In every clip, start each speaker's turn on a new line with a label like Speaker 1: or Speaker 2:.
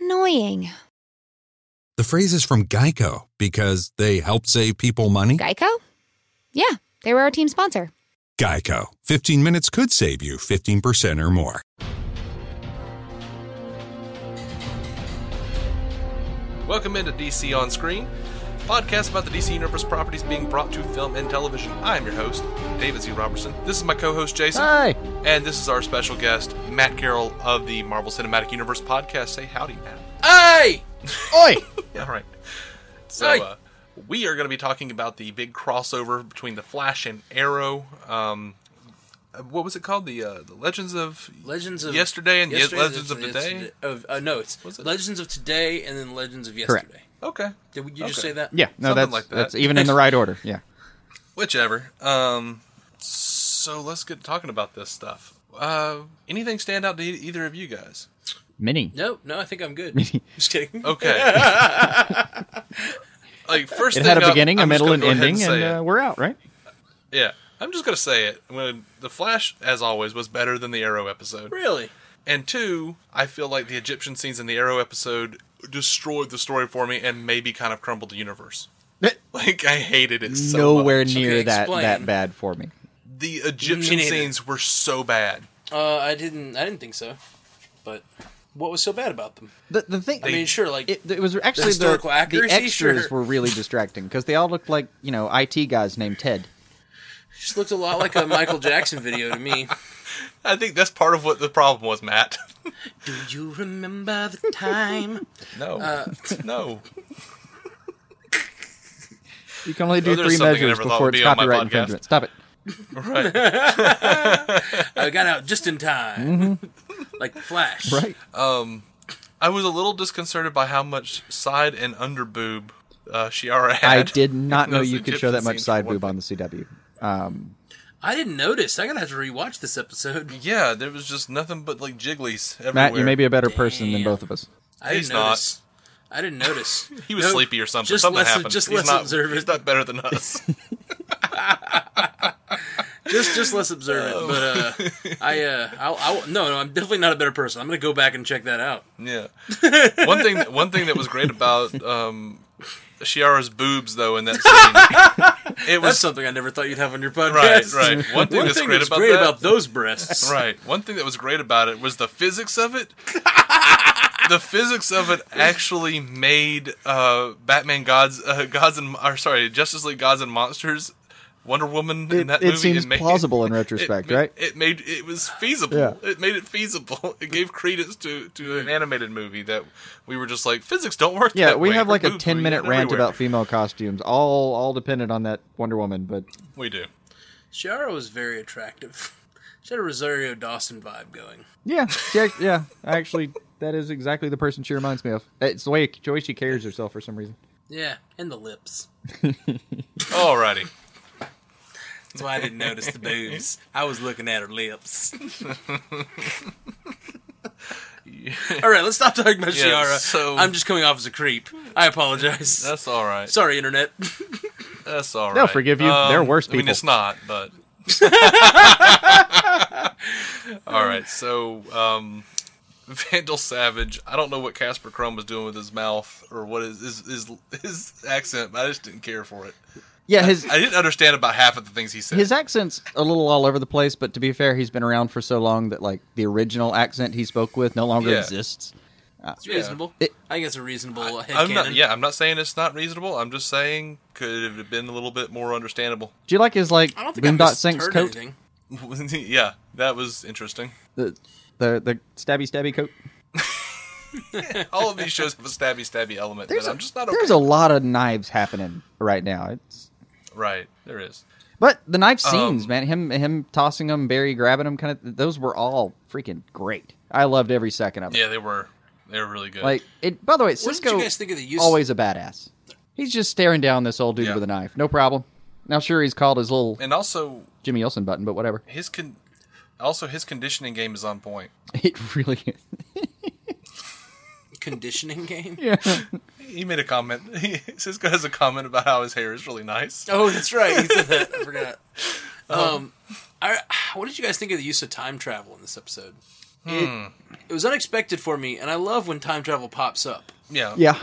Speaker 1: Annoying.
Speaker 2: The phrase is from Geico because they help save people money.
Speaker 1: Geico? Yeah, they were our team sponsor.
Speaker 2: Geico. 15 minutes could save you 15% or more.
Speaker 3: Welcome into DC On Screen, a podcast about the DC Universe properties being brought to film and television. I'm your host, David Z. Robertson. This is my co-host Jason,
Speaker 4: Hi.
Speaker 3: and this is our special guest, Matt Carroll of the Marvel Cinematic Universe podcast. Say howdy, Matt.
Speaker 4: Hey! Oi!
Speaker 3: All right. So
Speaker 4: Hey.
Speaker 3: uh, we are going to be talking about the big crossover between the Flash and Arrow. Um, uh, what was it called? The uh, the Legends of
Speaker 4: Legends of
Speaker 3: Yesterday and the
Speaker 4: Yesterday,
Speaker 3: Legends of
Speaker 4: the-
Speaker 3: Today?
Speaker 4: Of uh, no, it's Legends of today and then Legends of yesterday.
Speaker 5: Correct.
Speaker 3: Okay.
Speaker 4: Did we- you just
Speaker 3: Okay.
Speaker 4: say that?
Speaker 5: Yeah, no,
Speaker 3: Something
Speaker 5: that's
Speaker 3: like that.
Speaker 5: that's even in the right order. Yeah,
Speaker 3: Whichever. Um, so let's get talking about this stuff. Uh, anything stand out to e- either of you guys?
Speaker 5: mini.
Speaker 4: No, no, I think I'm good. just kidding.
Speaker 3: Oh. Okay. like first,
Speaker 5: It
Speaker 3: thing
Speaker 5: had a
Speaker 3: up,
Speaker 5: beginning, a
Speaker 3: I'm just
Speaker 5: middle,
Speaker 3: gonna
Speaker 5: and
Speaker 3: go ahead
Speaker 5: ending,
Speaker 3: say
Speaker 5: and
Speaker 3: it.
Speaker 5: uh, we're out, right?
Speaker 3: yeah, I'm just gonna say it. When the Flash, as always, was better than the Arrow episode.
Speaker 4: Really?
Speaker 3: And two, I feel like the Egyptian scenes in the Arrow episode destroyed the story for me and maybe kind of crumbled the universe. Like I hated it so
Speaker 5: Nowhere
Speaker 3: much.
Speaker 5: near
Speaker 4: Okay,
Speaker 5: that
Speaker 4: explain.
Speaker 5: that bad for me.
Speaker 3: The Egyptian
Speaker 4: Me neither.
Speaker 3: scenes were so bad.
Speaker 4: Uh, I didn't. I didn't think so. But what was so bad about them?
Speaker 5: The, the thing,
Speaker 4: I mean, sure, like
Speaker 5: it, it was actually the,
Speaker 4: historical accuracy,
Speaker 5: the extras
Speaker 4: sure.
Speaker 5: were really distracting because they all looked like you know IT guys named Ted.
Speaker 4: just looked a lot like a Michael Jackson video to me.
Speaker 3: I think that's part of what the problem was, Matt.
Speaker 4: Do you remember the time?
Speaker 3: No.
Speaker 4: Uh,
Speaker 3: no.
Speaker 5: You can only do
Speaker 3: Oh, there's
Speaker 5: three
Speaker 3: something I
Speaker 5: measures
Speaker 3: never thought
Speaker 5: before
Speaker 3: would
Speaker 5: it's
Speaker 3: be on my
Speaker 5: copyright
Speaker 3: podcast.
Speaker 5: infringement. Stop it.
Speaker 3: Right.
Speaker 4: I got out just in time, like the Flash.
Speaker 5: Right.
Speaker 3: I was a little disconcerted by how much side and underboob uh, Shiara had.
Speaker 5: I did not know
Speaker 3: Those
Speaker 5: you could show
Speaker 3: Egyptian
Speaker 5: that much
Speaker 3: scenes
Speaker 5: side
Speaker 3: were one
Speaker 5: boob on the CW.
Speaker 4: I didn't notice. I'm gonna have to rewatch this episode.
Speaker 3: Yeah, there was just nothing but like jigglies everywhere.
Speaker 5: Matt, you may be a better person than
Speaker 4: Damn.
Speaker 5: both of us.
Speaker 4: I
Speaker 3: He's
Speaker 4: didn't
Speaker 3: not.
Speaker 4: notice. I didn't notice.
Speaker 3: He was
Speaker 4: No,
Speaker 3: sleepy or something.
Speaker 4: Just
Speaker 3: something
Speaker 4: less,
Speaker 3: happened.
Speaker 4: Just
Speaker 3: he's
Speaker 4: less
Speaker 3: not, He's
Speaker 4: observant.
Speaker 3: not better than us.
Speaker 4: just just less observant.
Speaker 3: Oh.
Speaker 4: But uh, I uh, I'll, I'll, no, no, I'm definitely not a better person. I'm gonna go back and check that out.
Speaker 3: yeah. One thing. One thing that was great about um, Shiara's boobs, though, in that scene, it
Speaker 4: That's
Speaker 3: was
Speaker 4: something I never thought you'd have on your
Speaker 3: right.
Speaker 4: podcast.
Speaker 3: Right. One thing
Speaker 4: One
Speaker 3: that's
Speaker 4: thing
Speaker 3: great
Speaker 4: that's
Speaker 3: about
Speaker 4: great
Speaker 3: that.
Speaker 4: about those breasts.
Speaker 3: Right. One thing that was great about it was the physics of it. the physics of it actually made uh, Batman gods, uh, gods and or sorry, Justice League gods and monsters, Wonder Woman in
Speaker 5: It,
Speaker 3: that
Speaker 5: it
Speaker 3: movie.
Speaker 5: seems
Speaker 3: made-
Speaker 5: plausible in
Speaker 3: it
Speaker 5: retrospect,
Speaker 3: ma-
Speaker 5: right?
Speaker 3: It made it was feasible.
Speaker 5: Yeah.
Speaker 3: It made it feasible. It gave credence to, to an animated movie that we were just like physics don't work.
Speaker 5: Yeah,
Speaker 3: that
Speaker 5: we
Speaker 3: way.
Speaker 5: have
Speaker 3: Her
Speaker 5: like a
Speaker 3: boobs
Speaker 5: ten
Speaker 3: were
Speaker 5: minute
Speaker 3: yet
Speaker 5: rant
Speaker 3: everywhere.
Speaker 5: about female costumes, all all dependent on that Wonder Woman. But
Speaker 3: we do.
Speaker 4: Shiara was very attractive. She had a Rosario Dawson vibe going.
Speaker 5: yeah, she, act- yeah, actually, that is exactly the person she reminds me of. It's the way, the way she carries herself for some reason.
Speaker 4: Yeah, and the lips.
Speaker 3: Alrighty.
Speaker 4: That's why I didn't notice the boobs. I was looking at her lips. All right, let's stop talking about
Speaker 3: Yeah,
Speaker 4: Shiara.
Speaker 3: so-
Speaker 4: I'm just coming off as a creep. I apologize.
Speaker 3: That's all right.
Speaker 4: Sorry, internet.
Speaker 3: That's all right. Um,
Speaker 5: They'll forgive you. They're worse
Speaker 3: I mean,
Speaker 5: people.
Speaker 3: it's not, but. all right, so um, Vandal Savage. I don't know what Casper Crumb was doing with his mouth or what his his his, his accent. But I just didn't care for it.
Speaker 5: Yeah, his
Speaker 3: I didn't understand about half of the things he said.
Speaker 5: his accent's a little all over the place, but to be fair, he's been around for so long that like the original accent he spoke with no longer
Speaker 3: Yeah.
Speaker 5: exists.
Speaker 4: It's reasonable.
Speaker 5: It-
Speaker 4: I think it's a reasonable head
Speaker 3: I'm not. Yeah, I'm not saying it's not reasonable. I'm just saying could it have been a little bit more understandable.
Speaker 5: Do you like his like
Speaker 4: I don't think I'm
Speaker 5: Boondock Saints coat?
Speaker 4: anything.
Speaker 3: yeah, that was interesting.
Speaker 5: The- The the stabby stabby coat.
Speaker 3: All of these shows have a stabby stabby element that
Speaker 5: a,
Speaker 3: I'm just not okay.
Speaker 5: there's a lot of knives happening right now. It's
Speaker 3: right. There is.
Speaker 5: but the knife scenes,
Speaker 3: Um,
Speaker 5: man. Him him tossing them, Barry grabbing them, kind of. Those were all freaking great. I loved every second of it.
Speaker 3: Yeah, they were. They were really good.
Speaker 5: Like it. By the way,
Speaker 4: What did
Speaker 5: Cisco
Speaker 4: you guys think of the use?
Speaker 5: always a badass. He's just staring down this old dude
Speaker 3: Yeah.
Speaker 5: with a knife. No problem. Now, sure, he's called his little
Speaker 3: and also
Speaker 5: Jimmy Olsen button, but whatever.
Speaker 3: his con. Also, his conditioning game is on point.
Speaker 5: It really is.
Speaker 4: conditioning game.
Speaker 3: He made a comment. Cisco has a comment about how his hair is really nice.
Speaker 4: Oh, that's right. He said that. I forgot. Um, I, what did you guys think of the use of time travel in this episode?
Speaker 3: Hmm.
Speaker 4: It, it was unexpected for me, and I love when time travel pops up.
Speaker 3: Yeah.
Speaker 5: Yeah.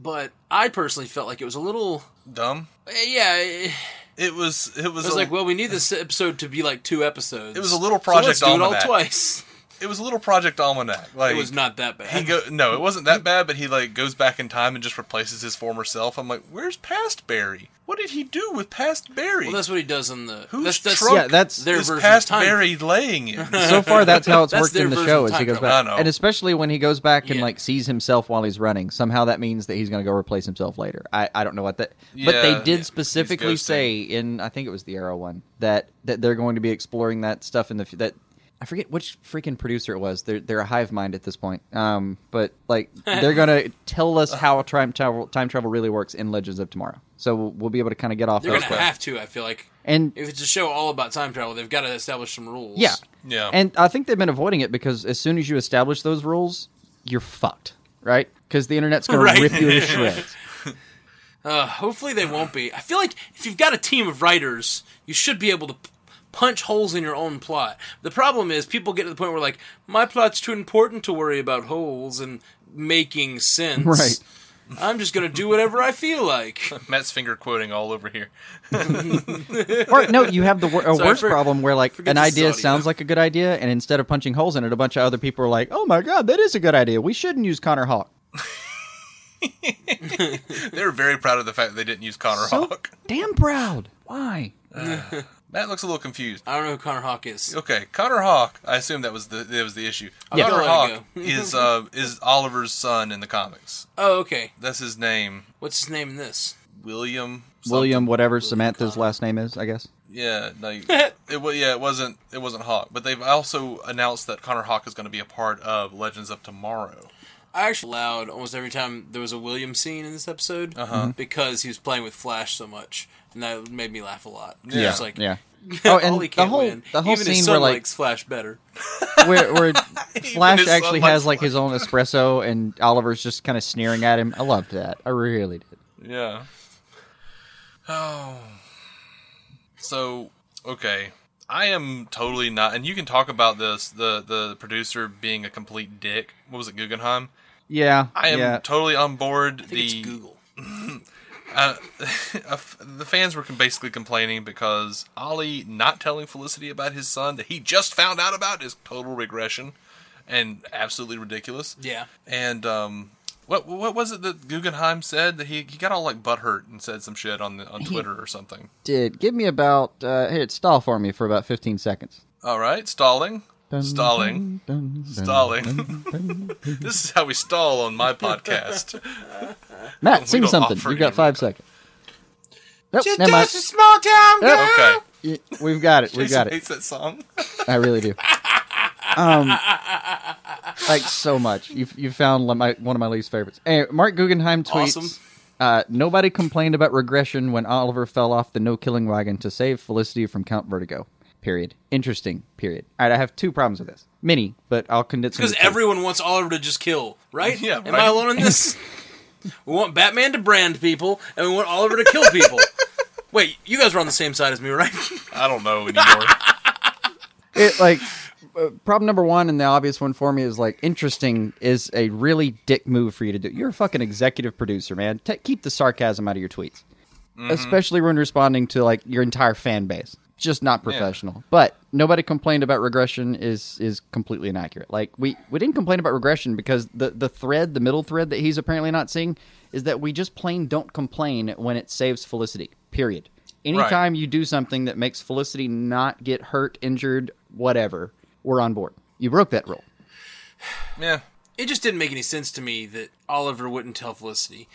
Speaker 4: But I personally felt like it was a little,
Speaker 3: Dumb.
Speaker 4: eh, yeah. It, it
Speaker 3: It was. It was.
Speaker 4: was
Speaker 3: a,
Speaker 4: like, well, we need this episode to be like two episodes.
Speaker 3: It was a little
Speaker 4: so
Speaker 3: Project
Speaker 4: let's do it all
Speaker 3: Almanac.
Speaker 4: twice.
Speaker 3: It was a little Project Almanac. Like
Speaker 4: It was not that bad.
Speaker 3: He go no, it wasn't that bad, but he like goes back in time and just replaces his former self. I'm like, where's past Barry? What did he do with past Barry?
Speaker 4: well, that's what he does in the.
Speaker 3: Whose
Speaker 4: that's, that's,
Speaker 3: trunk
Speaker 5: Yeah, that's-
Speaker 4: their
Speaker 3: is
Speaker 4: version of
Speaker 3: past
Speaker 4: time.
Speaker 3: Barry laying in?
Speaker 5: So far, that's how it's
Speaker 4: That's
Speaker 5: worked
Speaker 4: their
Speaker 5: in the
Speaker 4: version
Speaker 5: show
Speaker 4: of
Speaker 5: as he
Speaker 4: time
Speaker 5: goes
Speaker 4: travel.
Speaker 5: back,
Speaker 3: I know.
Speaker 5: and especially when he goes back and
Speaker 4: Yeah.
Speaker 5: like sees himself while he's running. Somehow that means that he's going to go replace himself later. I, I don't know what that, but
Speaker 3: Yeah,
Speaker 5: they did
Speaker 3: yeah.
Speaker 5: specifically
Speaker 3: He's ghosting.
Speaker 5: say in I think it was the Arrow one that that they're going to be exploring that stuff in the fu- that I forget which freaking producer it was. They're they're a hive mind at this point. Um, but like they're going to tell us how time travel time travel really works in Legends of Tomorrow. So we'll, we'll be able to kind of get off
Speaker 4: They're
Speaker 5: those
Speaker 4: gonna have
Speaker 5: questions.
Speaker 4: to. I feel like
Speaker 5: and
Speaker 4: if it's a show all about time travel, they've got to establish some rules.
Speaker 5: Yeah.
Speaker 3: Yeah.
Speaker 5: And I think they've been avoiding it because as soon as you establish those rules, you're fucked, right? Because the internet's going
Speaker 4: Right.
Speaker 5: to rip you to shreds.
Speaker 4: Uh, hopefully they won't be. I feel like if you've got a team of writers, you should be able to p- punch holes in your own plot. The problem is people get to the point where like my plot's too important to worry about holes and making sense.
Speaker 5: Right.
Speaker 4: I'm just gonna do whatever I feel like.
Speaker 3: Matt's finger quoting all over here.
Speaker 5: or no, you have the wor- a
Speaker 4: Sorry
Speaker 5: worse
Speaker 4: for-
Speaker 5: problem where like
Speaker 4: forget
Speaker 5: an
Speaker 4: this
Speaker 5: idea
Speaker 4: audio.
Speaker 5: sounds like a good idea, and instead of punching holes in it, a bunch of other people are like, "Oh my god, that is a good idea. We shouldn't use Connor Hawk."
Speaker 3: They were very proud of the fact that they didn't use Connor
Speaker 5: So
Speaker 3: Hawk.
Speaker 5: damn proud. Why?
Speaker 3: Matt looks a little confused.
Speaker 4: I don't know who Connor Hawk is.
Speaker 3: Okay, Connor Hawk. I assume that was the that was the issue.
Speaker 4: Yeah.
Speaker 3: Connor
Speaker 4: Don't let it
Speaker 3: Hawk
Speaker 4: go.
Speaker 3: is uh is Oliver's son in the comics.
Speaker 4: Oh, okay.
Speaker 3: That's his name,
Speaker 4: What's his name in this?
Speaker 3: William.
Speaker 5: William, whatever Samantha's last name is, I guess.
Speaker 3: Yeah, like it. wa- Yeah, it wasn't. It wasn't Hawk. But they've also announced that Connor Hawk is going to be a part of Legends of Tomorrow.
Speaker 4: I actually loud almost every time there was a William scene in this episode because he was playing with Flash so much, and that made me laugh a lot. Yeah, like,
Speaker 5: yeah. Oh, and
Speaker 4: Ollie
Speaker 5: the
Speaker 4: can't
Speaker 5: whole
Speaker 4: win.
Speaker 5: the whole
Speaker 4: Even his
Speaker 5: scene
Speaker 4: son
Speaker 5: where like
Speaker 4: likes Flash better.
Speaker 5: where, where Flash
Speaker 3: his son
Speaker 5: actually
Speaker 3: likes
Speaker 5: has like his own espresso, and Oliver's just kind of sneering at him. I loved that. I really did.
Speaker 3: Yeah. Oh. So okay, I am totally not. And you can talk about this. The the producer being a complete dick. What was it, Guggenheim?
Speaker 5: Yeah,
Speaker 3: I am
Speaker 5: yeah.
Speaker 3: totally on board.
Speaker 4: I think
Speaker 3: the
Speaker 4: it's Google.
Speaker 3: uh, the fans were basically complaining because Ollie not telling Felicity about his son that he just found out about is total regression and absolutely ridiculous.
Speaker 4: Yeah.
Speaker 3: And um, what what was it that Guggenheim said that he he got all like butthurt and said some shit on the, on Twitter or something.
Speaker 5: Did give me about uh, here. Stall for me for about fifteen seconds.
Speaker 3: All right, stalling, stalling,
Speaker 5: Dun, dun.
Speaker 3: stalling. this is how we stall on my podcast.
Speaker 5: Matt, sing
Speaker 3: don't
Speaker 5: something.
Speaker 3: offer
Speaker 5: You got
Speaker 3: any
Speaker 5: five seconds. Nope, never mind.
Speaker 4: small town
Speaker 3: Okay,
Speaker 5: Y- We've got it. We've
Speaker 3: Jason
Speaker 5: got it.
Speaker 3: hates that song.
Speaker 5: I really do. Um, like so much. You you found li- my, one of my least favorites. Anyway, Mark Guggenheim tweets.
Speaker 4: Awesome.
Speaker 5: Uh, nobody complained about regression when Oliver fell off the no killing wagon to save Felicity from Count Vertigo. Period. Interesting. Period. All right, I have two problems with this. Many, but I'll condense. them
Speaker 4: Because
Speaker 5: to two.
Speaker 4: everyone wants Oliver to just kill, right?
Speaker 3: Yeah,
Speaker 4: Am
Speaker 3: right.
Speaker 4: I alone in this? we want Batman to brand people, and we want Oliver to kill people. Wait, you guys were on the same side as me, right?
Speaker 3: I don't know anymore.
Speaker 5: it like uh, problem number one and the obvious one for me is like interesting is a really dick move for you to do you're a fucking executive producer man Ta keep the sarcasm out of your tweets especially when responding to like your entire fan base just not professional but nobody complained about regression is is completely inaccurate like we we didn't complain about regression because the the thread the middle thread that he's apparently not seeing is that we just plain don't complain when it saves felicity period anytime you do something that makes felicity not get hurt injured whatever we're on board you broke that rule.
Speaker 3: Yeah.
Speaker 4: It just didn't make any sense to me that Oliver wouldn't tell Felicity,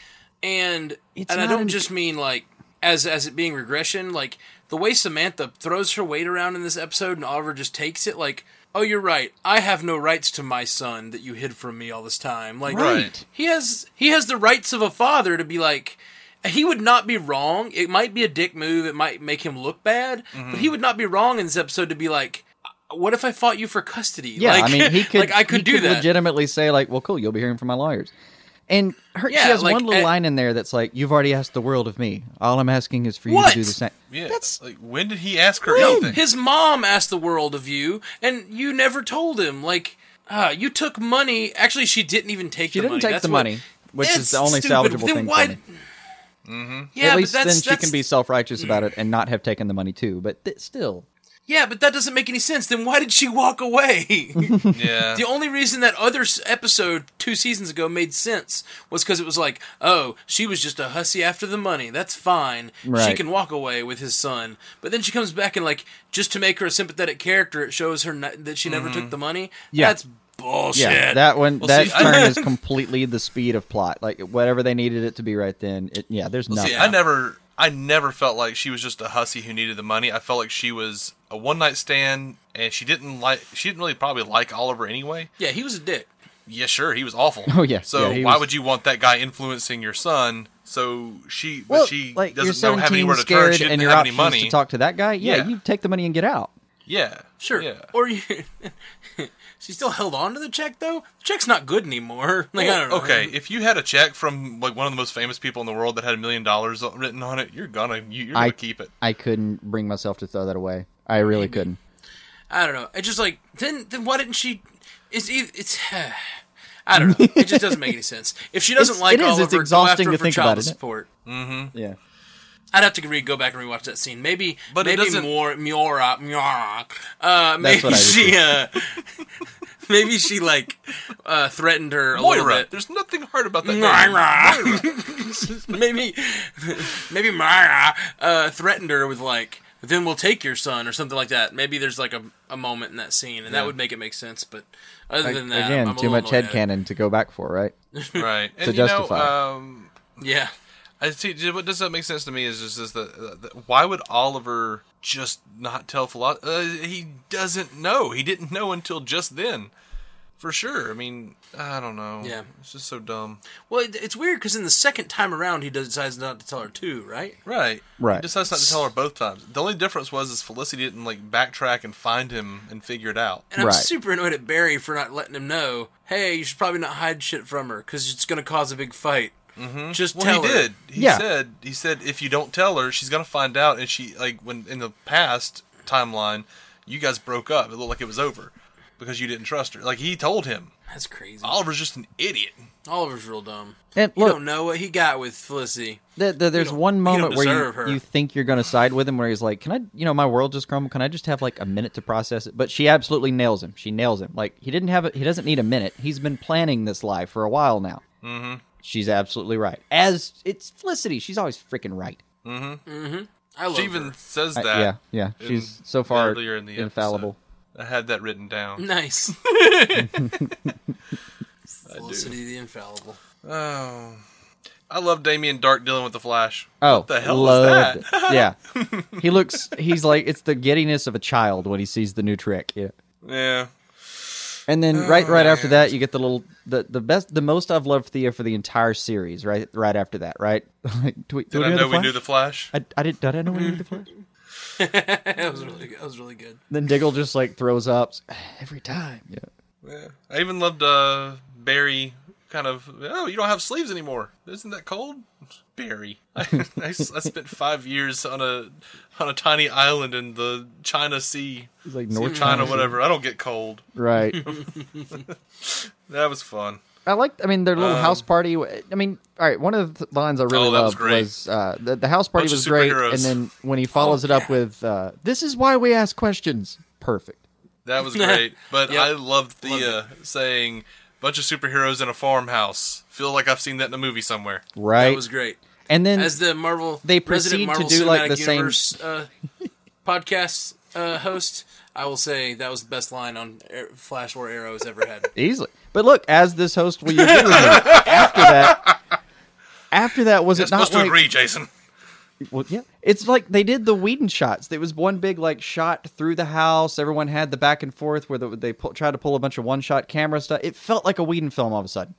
Speaker 4: and
Speaker 5: It's
Speaker 4: and I
Speaker 5: not
Speaker 4: don't
Speaker 5: an- e-
Speaker 4: just mean like as as it being regression. Like the way Samantha throws her weight around in this episode, and Oliver just takes it like. Oh, you're right. I have no rights to my son that you hid from me all this time. Like
Speaker 5: Right.
Speaker 4: he has he has the rights of a father to be like he would not be wrong. It might be a dick move. It might make him look bad,
Speaker 5: Mm-hmm.
Speaker 4: but he would not be wrong in this episode to be like, "What if I fought you for custody?"
Speaker 5: Yeah,
Speaker 4: like,
Speaker 5: I mean, he could.
Speaker 4: like I could
Speaker 5: he
Speaker 4: do
Speaker 5: could
Speaker 4: that.
Speaker 5: Legitimately say like, well, cool, you'll be hearing from my lawyers. And her,
Speaker 4: Yeah,
Speaker 5: she has
Speaker 4: like,
Speaker 5: one little
Speaker 4: uh,
Speaker 5: line in there that's like, "You've already asked the world of me. All I'm asking is for you
Speaker 4: What?
Speaker 5: to do the same."
Speaker 3: Yeah.
Speaker 5: That's
Speaker 3: like when did he ask her
Speaker 4: No,
Speaker 3: anything?
Speaker 4: his mom asked the world of you, and you never told him. Like, uh, you took money. Actually, she didn't even take.
Speaker 5: she
Speaker 4: the
Speaker 5: didn't
Speaker 4: money.
Speaker 5: take
Speaker 4: That's
Speaker 5: the
Speaker 4: what-
Speaker 5: money, which
Speaker 4: It's
Speaker 5: is the only
Speaker 4: stupid.
Speaker 5: salvageable
Speaker 4: Then
Speaker 5: thing.
Speaker 4: why- Mm-hmm.
Speaker 5: for me.
Speaker 4: Yeah,
Speaker 5: At least
Speaker 4: but
Speaker 5: then
Speaker 4: that's,
Speaker 5: she
Speaker 4: that's, Mm.
Speaker 5: can be self-righteous about it and not have taken the money too. But th- still,
Speaker 4: Yeah, but that doesn't make any sense. Then why did she walk away?
Speaker 3: yeah.
Speaker 4: The only reason that other s- episode two seasons ago made sense was because it was like, oh, she was just a hussy after the money. That's fine. She
Speaker 5: Right.
Speaker 4: can walk away with his son. But then she comes back and like, just to make her a sympathetic character, it shows her n- that she never took the money.
Speaker 5: Mm-hmm. Yeah.
Speaker 4: that's bullshit.
Speaker 5: yeah, that one
Speaker 3: Well,
Speaker 5: that
Speaker 3: see, I-
Speaker 5: turn is completely the speed of plot. Like whatever they needed it to be right then. It, yeah, there's nothing.
Speaker 3: See, I never, I never felt like she was just a hussy who needed the money. I felt like she was a one night stand, and she didn't like, she didn't really probably like Oliver anyway.
Speaker 4: yeah, he was a dick.
Speaker 3: Yeah, sure, he was awful.
Speaker 5: Oh, yeah.
Speaker 3: So
Speaker 5: Yeah, he
Speaker 3: why
Speaker 5: was-
Speaker 3: would you want that guy influencing your son? So she,
Speaker 5: Well,
Speaker 3: but she
Speaker 5: like you're
Speaker 3: doesn't know have
Speaker 5: 17,
Speaker 3: anywhere to turn.
Speaker 5: scared,
Speaker 3: She didn't
Speaker 5: and your
Speaker 3: have any
Speaker 5: options
Speaker 3: money.
Speaker 5: to talk to that guy. Yeah,
Speaker 3: Yeah.
Speaker 5: you take the money and get out.
Speaker 3: Yeah,
Speaker 4: Sure.
Speaker 3: Yeah.
Speaker 4: Or you, she still held on to the check though. The check's not good anymore. Like
Speaker 5: Oh,
Speaker 4: I don't know.
Speaker 3: okay, if you had a check from like one of the most famous people in the world that had a million dollars written on it, you're gonna you, you're gonna
Speaker 5: I-
Speaker 3: keep it.
Speaker 5: I couldn't bring myself to throw that away. I really couldn't.
Speaker 4: I don't know. It's just like then then why didn't she? It's eith- it's. I don't know. It just doesn't make any sense. If she doesn't
Speaker 5: It's-
Speaker 4: like
Speaker 5: it is.
Speaker 4: Oliver,
Speaker 5: It's
Speaker 4: go after
Speaker 5: exhausting
Speaker 4: him
Speaker 5: to
Speaker 4: for
Speaker 5: think
Speaker 4: child
Speaker 5: about, isn't it?
Speaker 4: support.
Speaker 5: Yeah.
Speaker 4: I'd have to re- go back and rewatch that scene. Maybe,
Speaker 3: But it
Speaker 4: maybe
Speaker 3: doesn't-
Speaker 4: more Miora, Miora. Uh, maybe
Speaker 5: That's what I would
Speaker 4: she, uh, maybe she like uh, threatened her a little
Speaker 3: Moira,
Speaker 4: bit.
Speaker 3: there's nothing hard about that. name.
Speaker 4: maybe maybe Mara uh, threatened her with like then we'll take your son or something like that maybe there's like a, a moment in that scene and that would make it make sense but other than that
Speaker 5: Again,
Speaker 4: I'm a
Speaker 5: too
Speaker 4: little
Speaker 5: much
Speaker 4: annoyed
Speaker 5: head
Speaker 4: at it.
Speaker 5: cannon to go back for, right?
Speaker 3: right? And
Speaker 5: To
Speaker 3: you know,
Speaker 5: justify.
Speaker 3: um,
Speaker 4: yeah
Speaker 3: I see. ju- What does that make sense to me is just is that, uh, that why would Oliver just not tell Philo- uh, He doesn't know. He didn't know until just then, for sure. I mean, I don't know.
Speaker 4: Yeah.
Speaker 3: it's just so dumb.
Speaker 4: well it, it's weird because in the second time around he decides not to tell her too right
Speaker 3: Right,
Speaker 5: Right.
Speaker 3: He decides not to tell her both times. The only difference was is Felicity didn't like backtrack and find him and figure it out.
Speaker 4: and I'm
Speaker 5: Right.
Speaker 4: super annoyed at Barry for not letting him know hey you should probably not hide shit from her because it's gonna cause a big fight mm-hmm. just
Speaker 3: Well,
Speaker 4: tell
Speaker 3: he
Speaker 4: her
Speaker 3: did. He
Speaker 5: Yeah.
Speaker 3: said he said if you don't tell her, she's gonna find out. And she like when in the past timeline, you guys broke up. It looked like it was over because you didn't trust her. Like he told him.
Speaker 4: that's crazy
Speaker 3: Oliver's just an idiot.
Speaker 4: Oliver's real dumb
Speaker 5: And
Speaker 4: you
Speaker 5: look-
Speaker 4: don't know what he got with Felicity
Speaker 5: Th- th- there's
Speaker 4: don't-
Speaker 5: one
Speaker 4: you don't
Speaker 5: moment where
Speaker 4: deserve her.
Speaker 5: you, you think you're going to side with him, where he's like, "Can I, you know, my world just crumbled. Can I just have like a minute to process it?" But she absolutely nails him. She nails him. Like he didn't have it. He doesn't need a minute. He's been planning this lie for a while now. Mm-hmm. She's absolutely right. As it's Felicity, she's always freaking right.
Speaker 4: I love
Speaker 3: She even
Speaker 4: her.
Speaker 3: says
Speaker 5: I-
Speaker 3: that.
Speaker 5: Uh, yeah, yeah.
Speaker 3: in-
Speaker 5: She's so far
Speaker 3: earlier in the
Speaker 5: infallible.
Speaker 3: I had that written down.
Speaker 4: Nice. Felicity the Infallible.
Speaker 3: Oh. I love Damien Dark dealing with the Flash.
Speaker 5: Oh,
Speaker 3: the hell was
Speaker 5: loved it. yeah, he looks. He's like it's the giddiness of a child when he sees the new trick. Yeah.
Speaker 3: Yeah.
Speaker 5: And then
Speaker 3: Oh,
Speaker 5: right right after that, you get the little the, the best the most I've loved Thea for the entire series. Right right after that, right? Like, do we, do
Speaker 3: Did
Speaker 5: we
Speaker 3: I
Speaker 5: know
Speaker 3: know
Speaker 5: the
Speaker 3: we
Speaker 5: Flash?
Speaker 3: knew the Flash? Mm-hmm.
Speaker 5: I, I did. Did I know we knew the flash?
Speaker 4: That was really good. That was really good.
Speaker 5: Then Diggle just like throws up every time. Yeah.
Speaker 3: Yeah. I even loved uh, Barry kind of, oh, you don't have sleeves anymore. Isn't that cold? Barry. I, I s- I spent five years on a on a tiny island in the China Sea.
Speaker 5: He's like North
Speaker 3: China, whatever. I don't get cold.
Speaker 5: Right.
Speaker 3: That was fun.
Speaker 5: I like. I mean, their little house party. w- I mean, all right. One of the th- lines I
Speaker 3: Um,
Speaker 5: really
Speaker 3: Oh, that was
Speaker 5: loved
Speaker 3: great.
Speaker 5: was, uh, the, the house party
Speaker 3: Bunch of
Speaker 5: was great,
Speaker 3: superheroes. Oh,
Speaker 5: and then when he follows it up with, uh, "This is why we ask questions." Perfect.
Speaker 3: That was great. But
Speaker 4: Yep.
Speaker 3: I loved Thea saying, bunch of superheroes in a farmhouse. Feel like I've seen that in a movie somewhere.
Speaker 5: Right.
Speaker 4: That was great.
Speaker 5: And then
Speaker 4: As the Marvel
Speaker 5: they
Speaker 4: Resident Marvel
Speaker 5: proceed to do, like,
Speaker 4: Cinematic
Speaker 5: the same-
Speaker 4: Universe, uh, podcast uh, host, I will say that was the best line on Air- Flash or Arrow has ever had.
Speaker 5: Easily. But look, as this host, will you agree with me? After that, after that, was
Speaker 3: You're
Speaker 5: it not
Speaker 3: supposed to
Speaker 5: like?
Speaker 3: agree, Jason.
Speaker 5: Well, yeah, it's like they did the Whedon shots. It was one big like shot through the house. Everyone had the back and forth where the, they pull, tried to pull a bunch of one shot camera stuff. It felt like a Whedon film all of a sudden.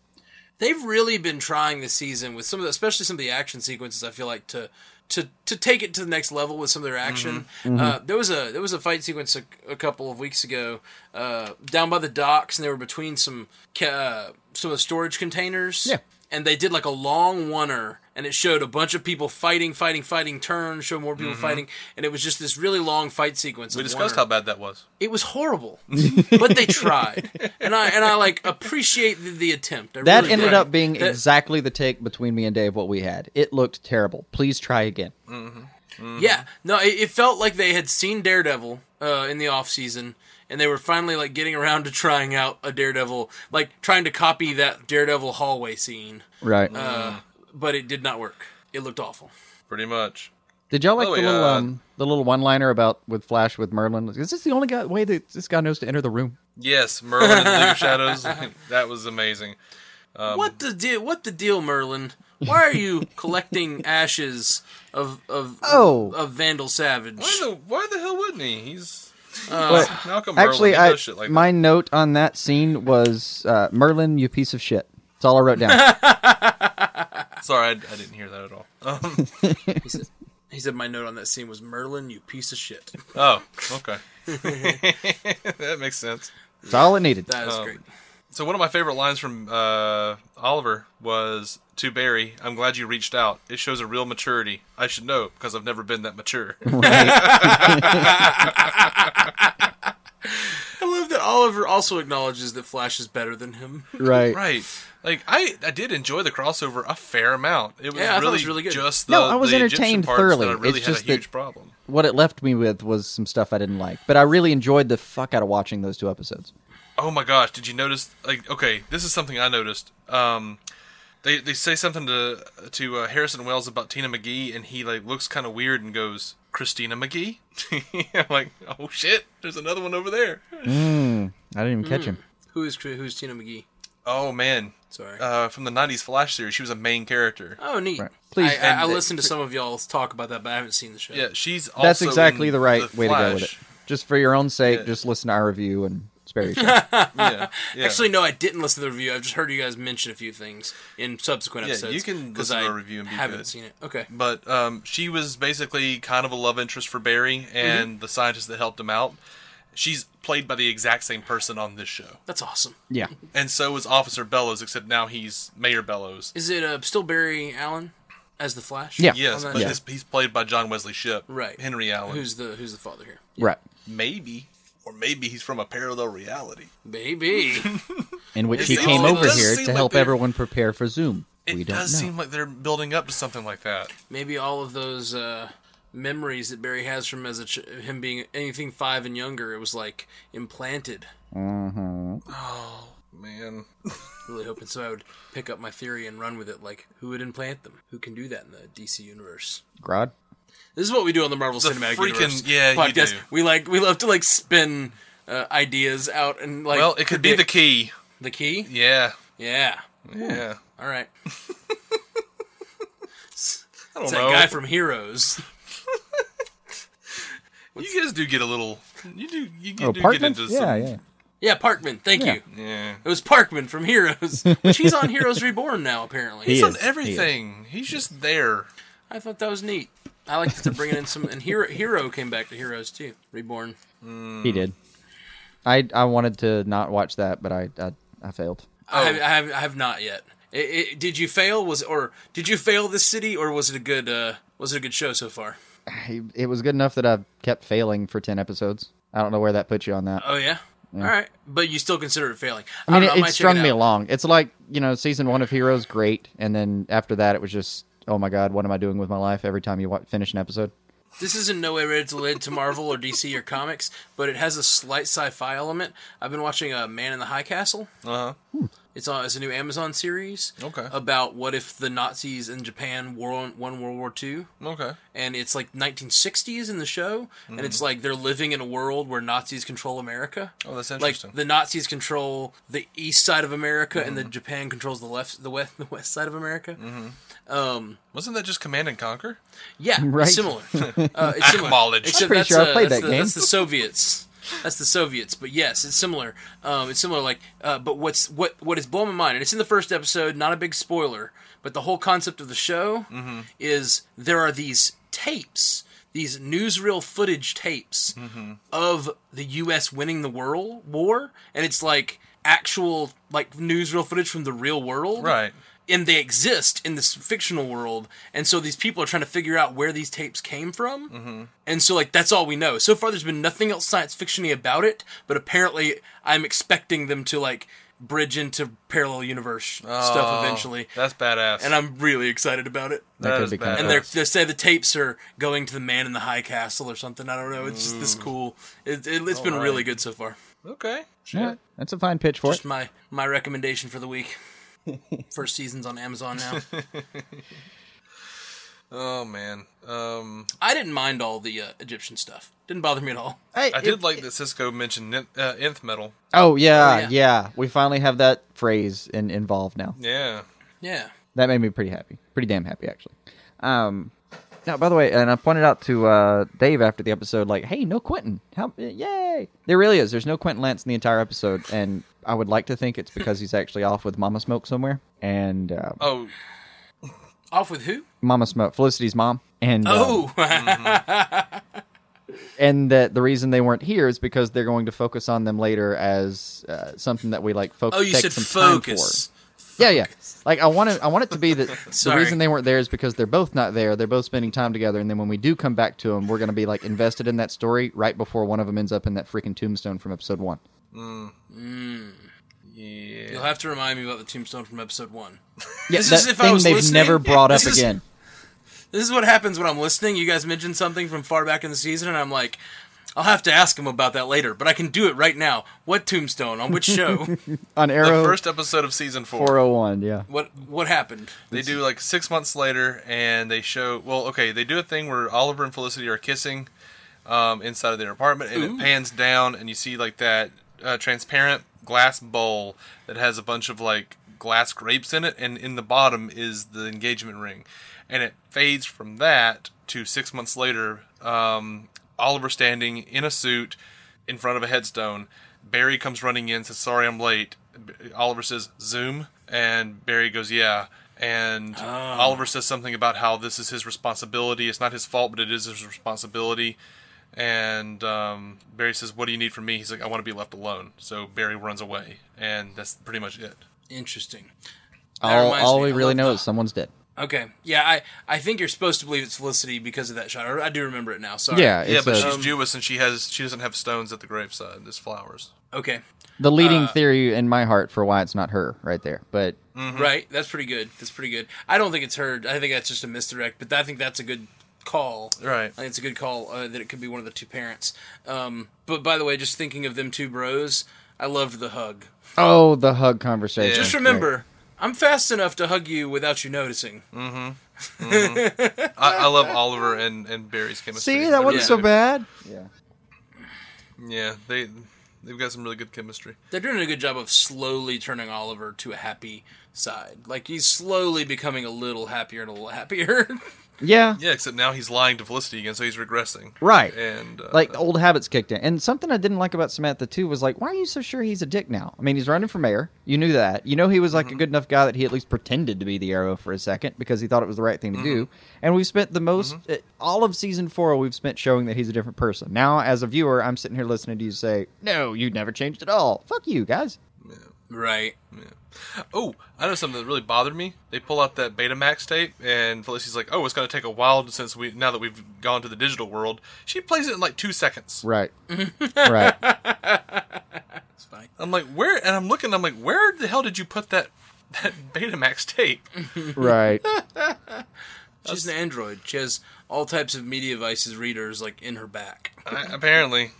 Speaker 4: They've really been trying this season with some of the, especially some of the action sequences. I feel like to to to take it to the next level with some of their
Speaker 5: Mm-hmm.
Speaker 4: action. Uh, there was a there was a fight sequence a, a couple of weeks ago uh, down by the docks, and they were between some ca- uh, some of the storage containers.
Speaker 5: Yeah.
Speaker 4: and they did like a long oneer and it showed a bunch of people fighting fighting fighting turn show more
Speaker 5: Mm-hmm.
Speaker 4: people fighting and it was just this really long fight sequence
Speaker 3: We
Speaker 4: of
Speaker 3: discussed
Speaker 4: oneer
Speaker 3: how bad that was.
Speaker 4: it was horrible, but they tried, and I and I like appreciate the, the attempt. I
Speaker 5: That
Speaker 4: really
Speaker 5: ended
Speaker 4: did.
Speaker 5: up being
Speaker 4: That-
Speaker 5: exactly the take between me and Dave what we had. It looked terrible. Please try again.
Speaker 4: yeah. No, it, it felt like they had seen Daredevil uh, in the off season, and they were finally like getting around to trying out a Daredevil, like trying to copy that Daredevil hallway scene,
Speaker 5: Right.
Speaker 3: Uh,
Speaker 4: but it did not work. It looked awful.
Speaker 3: Pretty much.
Speaker 5: Did y'all like
Speaker 3: Oh,
Speaker 5: the little
Speaker 3: yeah.
Speaker 5: um, the little one liner about with Flash with Merlin? Is this the only guy, way that this guy knows to enter the room?
Speaker 3: Yes, Merlin and the League of Shadows. that was amazing.
Speaker 4: what the deal? What the deal, Merlin? Why are you collecting ashes of of
Speaker 5: Oh.
Speaker 3: Uh,
Speaker 4: of Vandal Savage?
Speaker 3: Why the, why the hell wouldn't he? He's
Speaker 5: But
Speaker 3: Malcolm Merlin.
Speaker 5: actually,
Speaker 3: he
Speaker 5: I,
Speaker 3: does shit like
Speaker 5: my note on that scene was uh, Merlin, you piece of shit. That's all I wrote down.
Speaker 3: that. Sorry, I, I didn't hear that at all. Um,
Speaker 4: He said, he said my note on that scene was Merlin, you piece of shit.
Speaker 3: oh, okay. that makes sense. Um,
Speaker 5: That's all it needed.
Speaker 4: That is great.
Speaker 3: So one of my favorite lines from uh, Oliver was to Barry, "I'm glad you reached out. It shows a real maturity. I should know because I've never been that mature."
Speaker 4: I love that Oliver also acknowledges that Flash is better than him.
Speaker 5: Right.
Speaker 3: right. Like I, I did enjoy the crossover a fair amount. It was
Speaker 4: Yeah, I thought it
Speaker 3: really,
Speaker 4: was really good.
Speaker 3: just the,
Speaker 5: No, I was
Speaker 3: the Egyptian
Speaker 5: entertained
Speaker 3: parts
Speaker 5: thoroughly.
Speaker 3: That I really
Speaker 5: It's
Speaker 3: had
Speaker 5: just
Speaker 3: a
Speaker 5: that-
Speaker 3: huge problem.
Speaker 5: What it left me with was some stuff I didn't like, but I really enjoyed the fuck out of watching those two episodes.
Speaker 3: Oh my gosh, did you notice? Like, okay, this is something I noticed. Um, they they say something to to uh, Harrison Wells about Tina McGee, and he like looks kind of weird and goes, "Christina McGee." I'm like, oh shit, there's another one over there.
Speaker 5: I didn't even catch
Speaker 3: Hmm.
Speaker 5: him.
Speaker 4: Who is who's Tina McGee?
Speaker 3: Oh man,
Speaker 4: Sorry.
Speaker 3: uh, from the '90s Flash series, she was a main
Speaker 5: Uh,
Speaker 3: character.
Speaker 4: oh, neat.
Speaker 5: Please-
Speaker 4: I, I,
Speaker 5: and-
Speaker 4: I listened to some of y'all's talk about that, but I haven't seen the show.
Speaker 3: Yeah, she's also
Speaker 5: That's exactly
Speaker 3: in
Speaker 5: the right
Speaker 3: The
Speaker 5: way to go with it.
Speaker 3: Flash.
Speaker 5: Just for your own sake,
Speaker 3: Yeah.
Speaker 5: just listen to our review and spare yourself.
Speaker 3: Yeah, yeah.
Speaker 4: Actually, no, I didn't listen to the review. I've just heard you guys mention a few things in subsequent
Speaker 3: Yeah,
Speaker 4: episodes.
Speaker 3: you can
Speaker 4: 'cause
Speaker 3: listen to
Speaker 4: I
Speaker 3: a review and be
Speaker 4: haven't
Speaker 3: good.
Speaker 4: seen it. Okay.
Speaker 3: but um, she was basically kind of a love interest for Barry and
Speaker 5: Mm-hmm.
Speaker 3: the scientist that helped him out. She's played by the exact same person on this show.
Speaker 4: That's awesome.
Speaker 5: yeah.
Speaker 3: and so is Officer Bellows, except now he's Mayor Bellows.
Speaker 4: Is it uh, still Barry Allen as the Flash?
Speaker 5: Yeah.
Speaker 3: Yes,
Speaker 4: On
Speaker 3: but
Speaker 4: that show?
Speaker 3: this, he's played by John Wesley Ship,
Speaker 4: Right.
Speaker 3: Henry Allen,
Speaker 4: Who's the Who's the father here?
Speaker 5: Right.
Speaker 3: maybe, or maybe he's from a parallel reality.
Speaker 4: Baby.
Speaker 5: In which
Speaker 3: It
Speaker 5: he
Speaker 3: seems-
Speaker 5: came
Speaker 3: it
Speaker 5: over
Speaker 3: does
Speaker 5: here
Speaker 3: seem
Speaker 5: to
Speaker 3: like
Speaker 5: help
Speaker 3: they're-
Speaker 5: everyone prepare for Zoom.
Speaker 3: It
Speaker 5: we don't know.
Speaker 3: does seem like they're building up to something like that.
Speaker 4: maybe all of those uh, memories that Barry has from as a ch- him being anything five and younger, it was like implanted.
Speaker 3: Man,
Speaker 4: Really hoping so I would pick up my theory and run with it. Like, who would implant them? Who can do that in the DC universe?
Speaker 5: Grod?
Speaker 4: This is what we do on the Marvel
Speaker 3: The
Speaker 4: Cinematic
Speaker 3: freaking-
Speaker 4: Universe
Speaker 3: yeah, you
Speaker 4: podcast.
Speaker 3: do.
Speaker 4: We like we love to like spin uh, ideas out and like.
Speaker 3: well, it could be the
Speaker 4: predict- Hmm.
Speaker 3: key.
Speaker 4: the key.
Speaker 3: Yeah,
Speaker 4: Yeah.
Speaker 3: yeah.
Speaker 4: All right.
Speaker 3: I don't
Speaker 4: It's that
Speaker 3: know.
Speaker 4: guy from Heroes.
Speaker 3: you guys do get a little. You do. You
Speaker 5: Oh,
Speaker 3: do
Speaker 5: Parkman?
Speaker 3: get into
Speaker 5: Yeah,
Speaker 3: some.
Speaker 5: yeah.
Speaker 4: Yeah, Parkman. Thank
Speaker 5: Yeah.
Speaker 4: you.
Speaker 3: yeah.
Speaker 4: It was Parkman from Heroes, which he's on Heroes Reborn now apparently.
Speaker 5: He
Speaker 3: He's
Speaker 5: is,
Speaker 3: on
Speaker 5: he is.
Speaker 3: everything. He's just there.
Speaker 4: I thought that was neat. I like that they're bringing in some, and Hero, Hero came back to Heroes too, Reborn.
Speaker 3: Hmm.
Speaker 5: He did. I I wanted to not watch that, but I I, I failed.
Speaker 4: I, have, I, have, I have not yet. I- I- did you fail? Was or did you fail this city, or was it a good uh, was it a good show so far?
Speaker 5: I, it was good enough that I kept failing for ten episodes. I don't know where that puts you on that.
Speaker 4: Oh yeah, all right, but you still consider it failing.
Speaker 5: I mean,
Speaker 4: don't know,
Speaker 5: it,
Speaker 4: might
Speaker 5: it
Speaker 4: check
Speaker 5: strung me
Speaker 4: out.
Speaker 5: along. It's like you know, season one of Heroes, great, and then after that, it was just, oh my god, what am I doing with my life? Every time you wa- finish an episode,
Speaker 4: This is in no way related to Marvel or DC or comics, but it has a slight sci-fi element. I've been watching uh, Man in the High Castle.
Speaker 3: Uh huh.
Speaker 4: It's on. It's a new Amazon series.
Speaker 3: Okay.
Speaker 4: About what if the Nazis in Japan won, won World War II,
Speaker 3: Okay.
Speaker 4: and it's like 1960s in the show, and it's like they're living in a world where Nazis control America.
Speaker 3: Mm-hmm. Oh, that's
Speaker 4: Like
Speaker 3: interesting. Mm-hmm.
Speaker 4: the Nazis control the east side of America, and the Japan controls the left, the west, the west side of America.
Speaker 3: Wasn't that just Command and Conquer?
Speaker 4: Yeah,
Speaker 5: Right.
Speaker 4: it's similar. Uh, it's similar.
Speaker 3: Acknowledged. I'm
Speaker 4: Except
Speaker 5: pretty
Speaker 4: that's,
Speaker 5: sure I
Speaker 4: uh,
Speaker 5: played
Speaker 4: that's
Speaker 5: that
Speaker 4: the,
Speaker 5: game.
Speaker 4: That's the Soviets. That's the Soviets. But yes, it's similar. Um, it's similar. Like, uh, but what's what what is blowing my mind, and it's in the first episode. Not a big spoiler, but the whole concept of the show
Speaker 3: Mm-hmm.
Speaker 4: is there are these tapes, these newsreel footage tapes
Speaker 3: Mm-hmm.
Speaker 4: of the U.S. winning the world war, and it's like actual like newsreel footage from the real world,
Speaker 3: Right.
Speaker 4: and they exist in this fictional world and so these people are trying to figure out where these tapes came from mm-hmm. and so like that's all we know so far there's been nothing else science fictiony about it but apparently i'm expecting them to like bridge into parallel universe
Speaker 3: Oh,
Speaker 4: stuff eventually
Speaker 3: That's badass.
Speaker 4: and i'm really excited about it
Speaker 5: That
Speaker 3: That
Speaker 5: could
Speaker 3: is
Speaker 5: be kinda
Speaker 3: bad.
Speaker 4: and
Speaker 5: cool.
Speaker 4: they're, they say the tapes are going to the man in the high castle or something i don't know it's just this cool it, it, has been really good so far
Speaker 3: okay.
Speaker 5: Yeah, that's a fine pitch for
Speaker 4: just my my recommendation for the week first season's on amazon now
Speaker 3: Oh man. Um,
Speaker 4: I didn't mind all the uh, Egyptian stuff. Didn't bother me at all.
Speaker 5: it. Hey,
Speaker 3: I
Speaker 5: it-
Speaker 3: did like that Cisco mentioned nin- uh, nth metal.
Speaker 5: Oh yeah,
Speaker 4: Oh,
Speaker 5: yeah,
Speaker 4: yeah.
Speaker 5: We finally have that phrase in, involved now.
Speaker 3: Yeah.
Speaker 4: Yeah.
Speaker 5: That made me pretty happy. Pretty damn happy actually. Um now, by the way, and I pointed out to uh, Dave after the episode, like, "Hey, no Quentin! How, yay!" There really is. There's no Quentin Lance in the entire episode, and I would like to think it's because he's actually off with Mama Smoke somewhere, and uh,
Speaker 3: Oh,
Speaker 4: Off with who?
Speaker 5: Mama Smoke, Felicity's mom, and uh,
Speaker 4: Oh,
Speaker 5: and that the reason they weren't here is because they're going to focus on them later as uh, something that we like focus.
Speaker 4: oh, you said
Speaker 5: some time
Speaker 4: focus.
Speaker 5: for. Yeah, yeah. Like I want it. I want it to be that the
Speaker 4: Sorry.
Speaker 5: reason they weren't there is because they're both not there. They're both spending time together, and then when we do come back to them, we're going to be like invested in that story right before one of them ends up in that freaking tombstone from episode one.
Speaker 4: You'll have to remind me about the tombstone from episode one.
Speaker 5: Yeah,
Speaker 4: This
Speaker 5: that
Speaker 4: is if I
Speaker 5: thing
Speaker 4: was
Speaker 5: they've
Speaker 4: listening.
Speaker 5: never brought up
Speaker 4: This is-
Speaker 5: again.
Speaker 4: This is what happens when I'm listening. You guys mention something from far back in the season, and I'm like, I'll have to ask him about that later. But I can do it right now. What tombstone? On which show?
Speaker 5: On
Speaker 3: the
Speaker 5: Arrow
Speaker 3: first episode of season four.
Speaker 5: 401, yeah.
Speaker 4: what What happened?
Speaker 3: They do like six months later, and they show. Well, okay, they do a thing where Oliver and Felicity are kissing um, inside of their apartment, and it pans down, and you see like that uh, transparent glass bowl that has a bunch of like glass grapes in it, and in the bottom is the engagement ring, and it fades from that to six months later. Um, Oliver standing in a suit in front of a headstone. Barry comes running in, says, "Sorry, I'm late." B- Oliver says, "Zoom," and Barry goes, "Yeah." And Oliver says something about how this is his responsibility. It's not his fault, but it is his responsibility. And um, Barry says, "What do you need from me?" He's like, "I want to be left alone." So Barry runs away, and that's pretty much it.
Speaker 4: Interesting. That
Speaker 5: All,
Speaker 4: reminds
Speaker 5: all
Speaker 4: me,
Speaker 5: we
Speaker 4: I
Speaker 5: really
Speaker 4: love
Speaker 5: know
Speaker 4: that.
Speaker 5: is someone's dead.
Speaker 4: Okay. Yeah, I, I think you're supposed to believe it's Felicity because of that shot. I, I do remember it now. Sorry.
Speaker 5: Yeah,
Speaker 3: yeah,
Speaker 5: it's
Speaker 3: but um,
Speaker 5: a-
Speaker 4: um,
Speaker 3: she's Jewess, and she has she doesn't have stones at the graveside. There's flowers.
Speaker 4: Okay.
Speaker 5: the leading theory in my heart for why it's not her right there. But
Speaker 4: Right, that's pretty good. That's pretty good. I don't think it's her. I think that's just a misdirect, but I think that's a good call.
Speaker 3: Right.
Speaker 4: I think it's a good call uh, that it could be one of the two parents. Um, but by the way, just thinking of them two bros, I loved the hug.
Speaker 5: oh, the hug conversation.
Speaker 3: Yeah.
Speaker 4: Just remember, I'm fast enough to hug you without you noticing.
Speaker 3: I, I love Oliver and, and Barry's chemistry.
Speaker 5: See, that
Speaker 3: I
Speaker 5: wasn't
Speaker 3: really
Speaker 5: so
Speaker 3: do.
Speaker 5: bad. Yeah.
Speaker 3: Yeah, they they've got some really good chemistry.
Speaker 4: They're doing a good job of slowly turning Oliver to a happy side. Like he's slowly becoming a little happier and a little happier.
Speaker 5: Yeah.
Speaker 3: Yeah, except now he's lying to Felicity again, so he's regressing.
Speaker 5: Right.
Speaker 3: And uh,
Speaker 5: Like old habits kicked in. And something I didn't like about Samantha too was like, why are you so sure he's a dick now? I mean, he's running for mayor. You knew that. You know he was like a good enough guy that he at least pretended to be the arrow for a second because he thought it was the right thing to do. And we've spent the most uh, all of season 4 we've spent showing that he's a different person. Now as a viewer, I'm sitting here listening to you say, "No, you never changed at all." Fuck you, guys.
Speaker 4: right.
Speaker 3: oh, I know something that really bothered me. They pull out that Betamax tape, and Felicity's like, "Oh, it's going to take a while since we now that we've gone to the digital world." She plays it in like two seconds.
Speaker 5: Right. right.
Speaker 4: It's fine.
Speaker 3: I'm like, "Where?" And I'm looking. I'm like, "Where the hell did you put that that Betamax tape?"
Speaker 5: Right.
Speaker 4: She's an android. She has all types of media devices readers like in her back.
Speaker 3: I, apparently,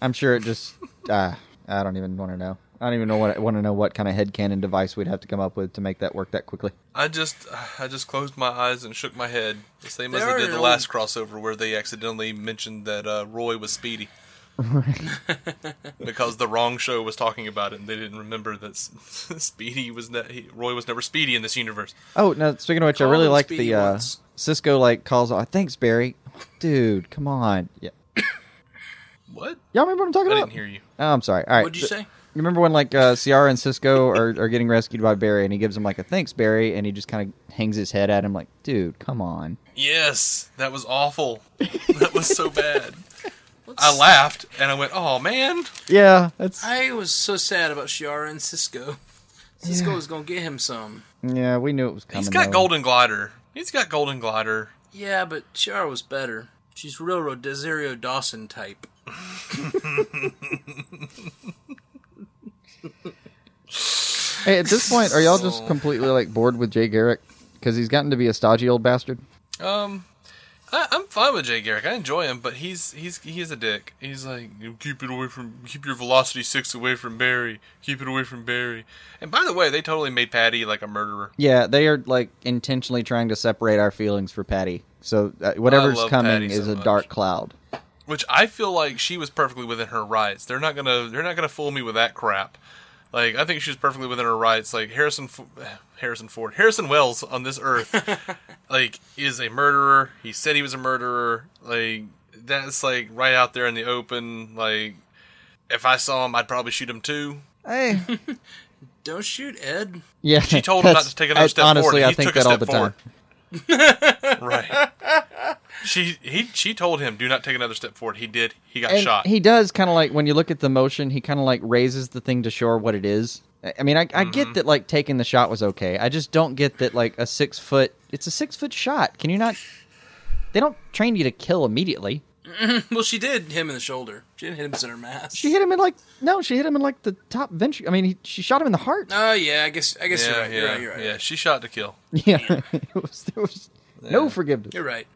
Speaker 5: I'm sure it just. Uh, I don't even want to know. I don't even know what I want to know what kind of headcanon device we'd have to come up with to make that work that quickly.
Speaker 3: I just I just closed my eyes and shook my head, the same as
Speaker 4: There
Speaker 3: they
Speaker 4: are
Speaker 3: did the
Speaker 4: no-
Speaker 3: last crossover where they accidentally mentioned that uh, Roy was Speedy. because the wrong show was talking about it, and they didn't remember that S- Speedy was ne- he, Roy was never Speedy in this universe.
Speaker 5: Oh no! Speaking of which, I
Speaker 4: Call
Speaker 5: really
Speaker 4: him
Speaker 5: like
Speaker 4: Speedy
Speaker 5: the uh,
Speaker 4: once.
Speaker 5: Cisco like calls. Oh, thanks, Barry. Dude, come on. Yeah,
Speaker 3: What?
Speaker 5: y'all remember what I'm talking
Speaker 3: I
Speaker 5: about?
Speaker 3: didn't hear you.
Speaker 5: Oh, I'm sorry. All right.
Speaker 4: What'd you
Speaker 5: Th-
Speaker 4: say?
Speaker 5: You remember when like uh, Ciara and Cisco are, are getting rescued by Barry, and he gives him like a thanks, Barry, and he just kind of hangs his head at him like, dude, come on.
Speaker 3: Yes, that was awful. that was so bad. I laughed and I went, "Oh man,
Speaker 5: Yeah, that's
Speaker 4: I was so sad about Shiara and Cisco. Cisco was gonna get him some.
Speaker 5: yeah. We knew it was coming.
Speaker 3: he's got
Speaker 5: though.
Speaker 3: Golden Glider. He's got Golden Glider."
Speaker 4: Yeah, but Shiara was better. She's railroad Desirio Dawson type.
Speaker 5: Hey, at this point, are y'all just completely like bored with Jay Garrick because he's gotten to be a stodgy old bastard?
Speaker 3: Um, I, I'm fine with Jay Garrick. I enjoy him, but he's he's he's a dick. He's like keep it away from keep your velocity six away from Barry. Keep it away from Barry. And by the way, they totally made Patty like a murderer.
Speaker 5: Yeah, they are like intentionally trying to separate our feelings for Patty. So uh, whatever's
Speaker 3: love
Speaker 5: coming
Speaker 3: Patty so
Speaker 5: is a
Speaker 3: much.
Speaker 5: dark cloud.
Speaker 3: Which I feel like she was perfectly within her rights. They're not gonna they're not gonna fool me with that crap. Like I think she was perfectly within her rights. Like Harrison F- Harrison Ford Harrison Wells on this earth like is a murderer. He said he was a murderer. Like that's like right out there in the open. Like if I saw him, I'd probably shoot him too.
Speaker 5: Hey,
Speaker 4: Don't shoot Ed.
Speaker 5: yeah.
Speaker 3: She told him not
Speaker 5: that's-
Speaker 3: to take another
Speaker 5: I-
Speaker 3: step
Speaker 5: honestly,
Speaker 3: forward. and
Speaker 5: I
Speaker 3: he
Speaker 5: think
Speaker 3: took
Speaker 5: that
Speaker 3: a
Speaker 5: all
Speaker 3: step
Speaker 5: the
Speaker 3: forward.
Speaker 5: time.
Speaker 3: right. She he she told him do not take another step forward. He did. He got
Speaker 5: And
Speaker 3: shot.
Speaker 5: he does kind of like when you look at the motion, he kind of like raises the thing to show what it is. I I mean, I, I
Speaker 3: Mm-hmm.
Speaker 5: get that like taking the shot was okay. I just don't get that like a six foot. It's a six foot shot. Can you not? They don't train you to kill immediately.
Speaker 4: Well, she did hit him in the shoulder. She didn't hit him center mass.
Speaker 5: She hit him in like no, she hit him in like the top ventricle. I mean, he, she shot him in the heart.
Speaker 4: Oh yeah, I guess I guess
Speaker 3: yeah,
Speaker 4: you're right.
Speaker 3: yeah,
Speaker 4: You're right. You're right.
Speaker 3: yeah. She shot to kill.
Speaker 5: Yeah, it was, there was no forgiveness.
Speaker 4: You're right.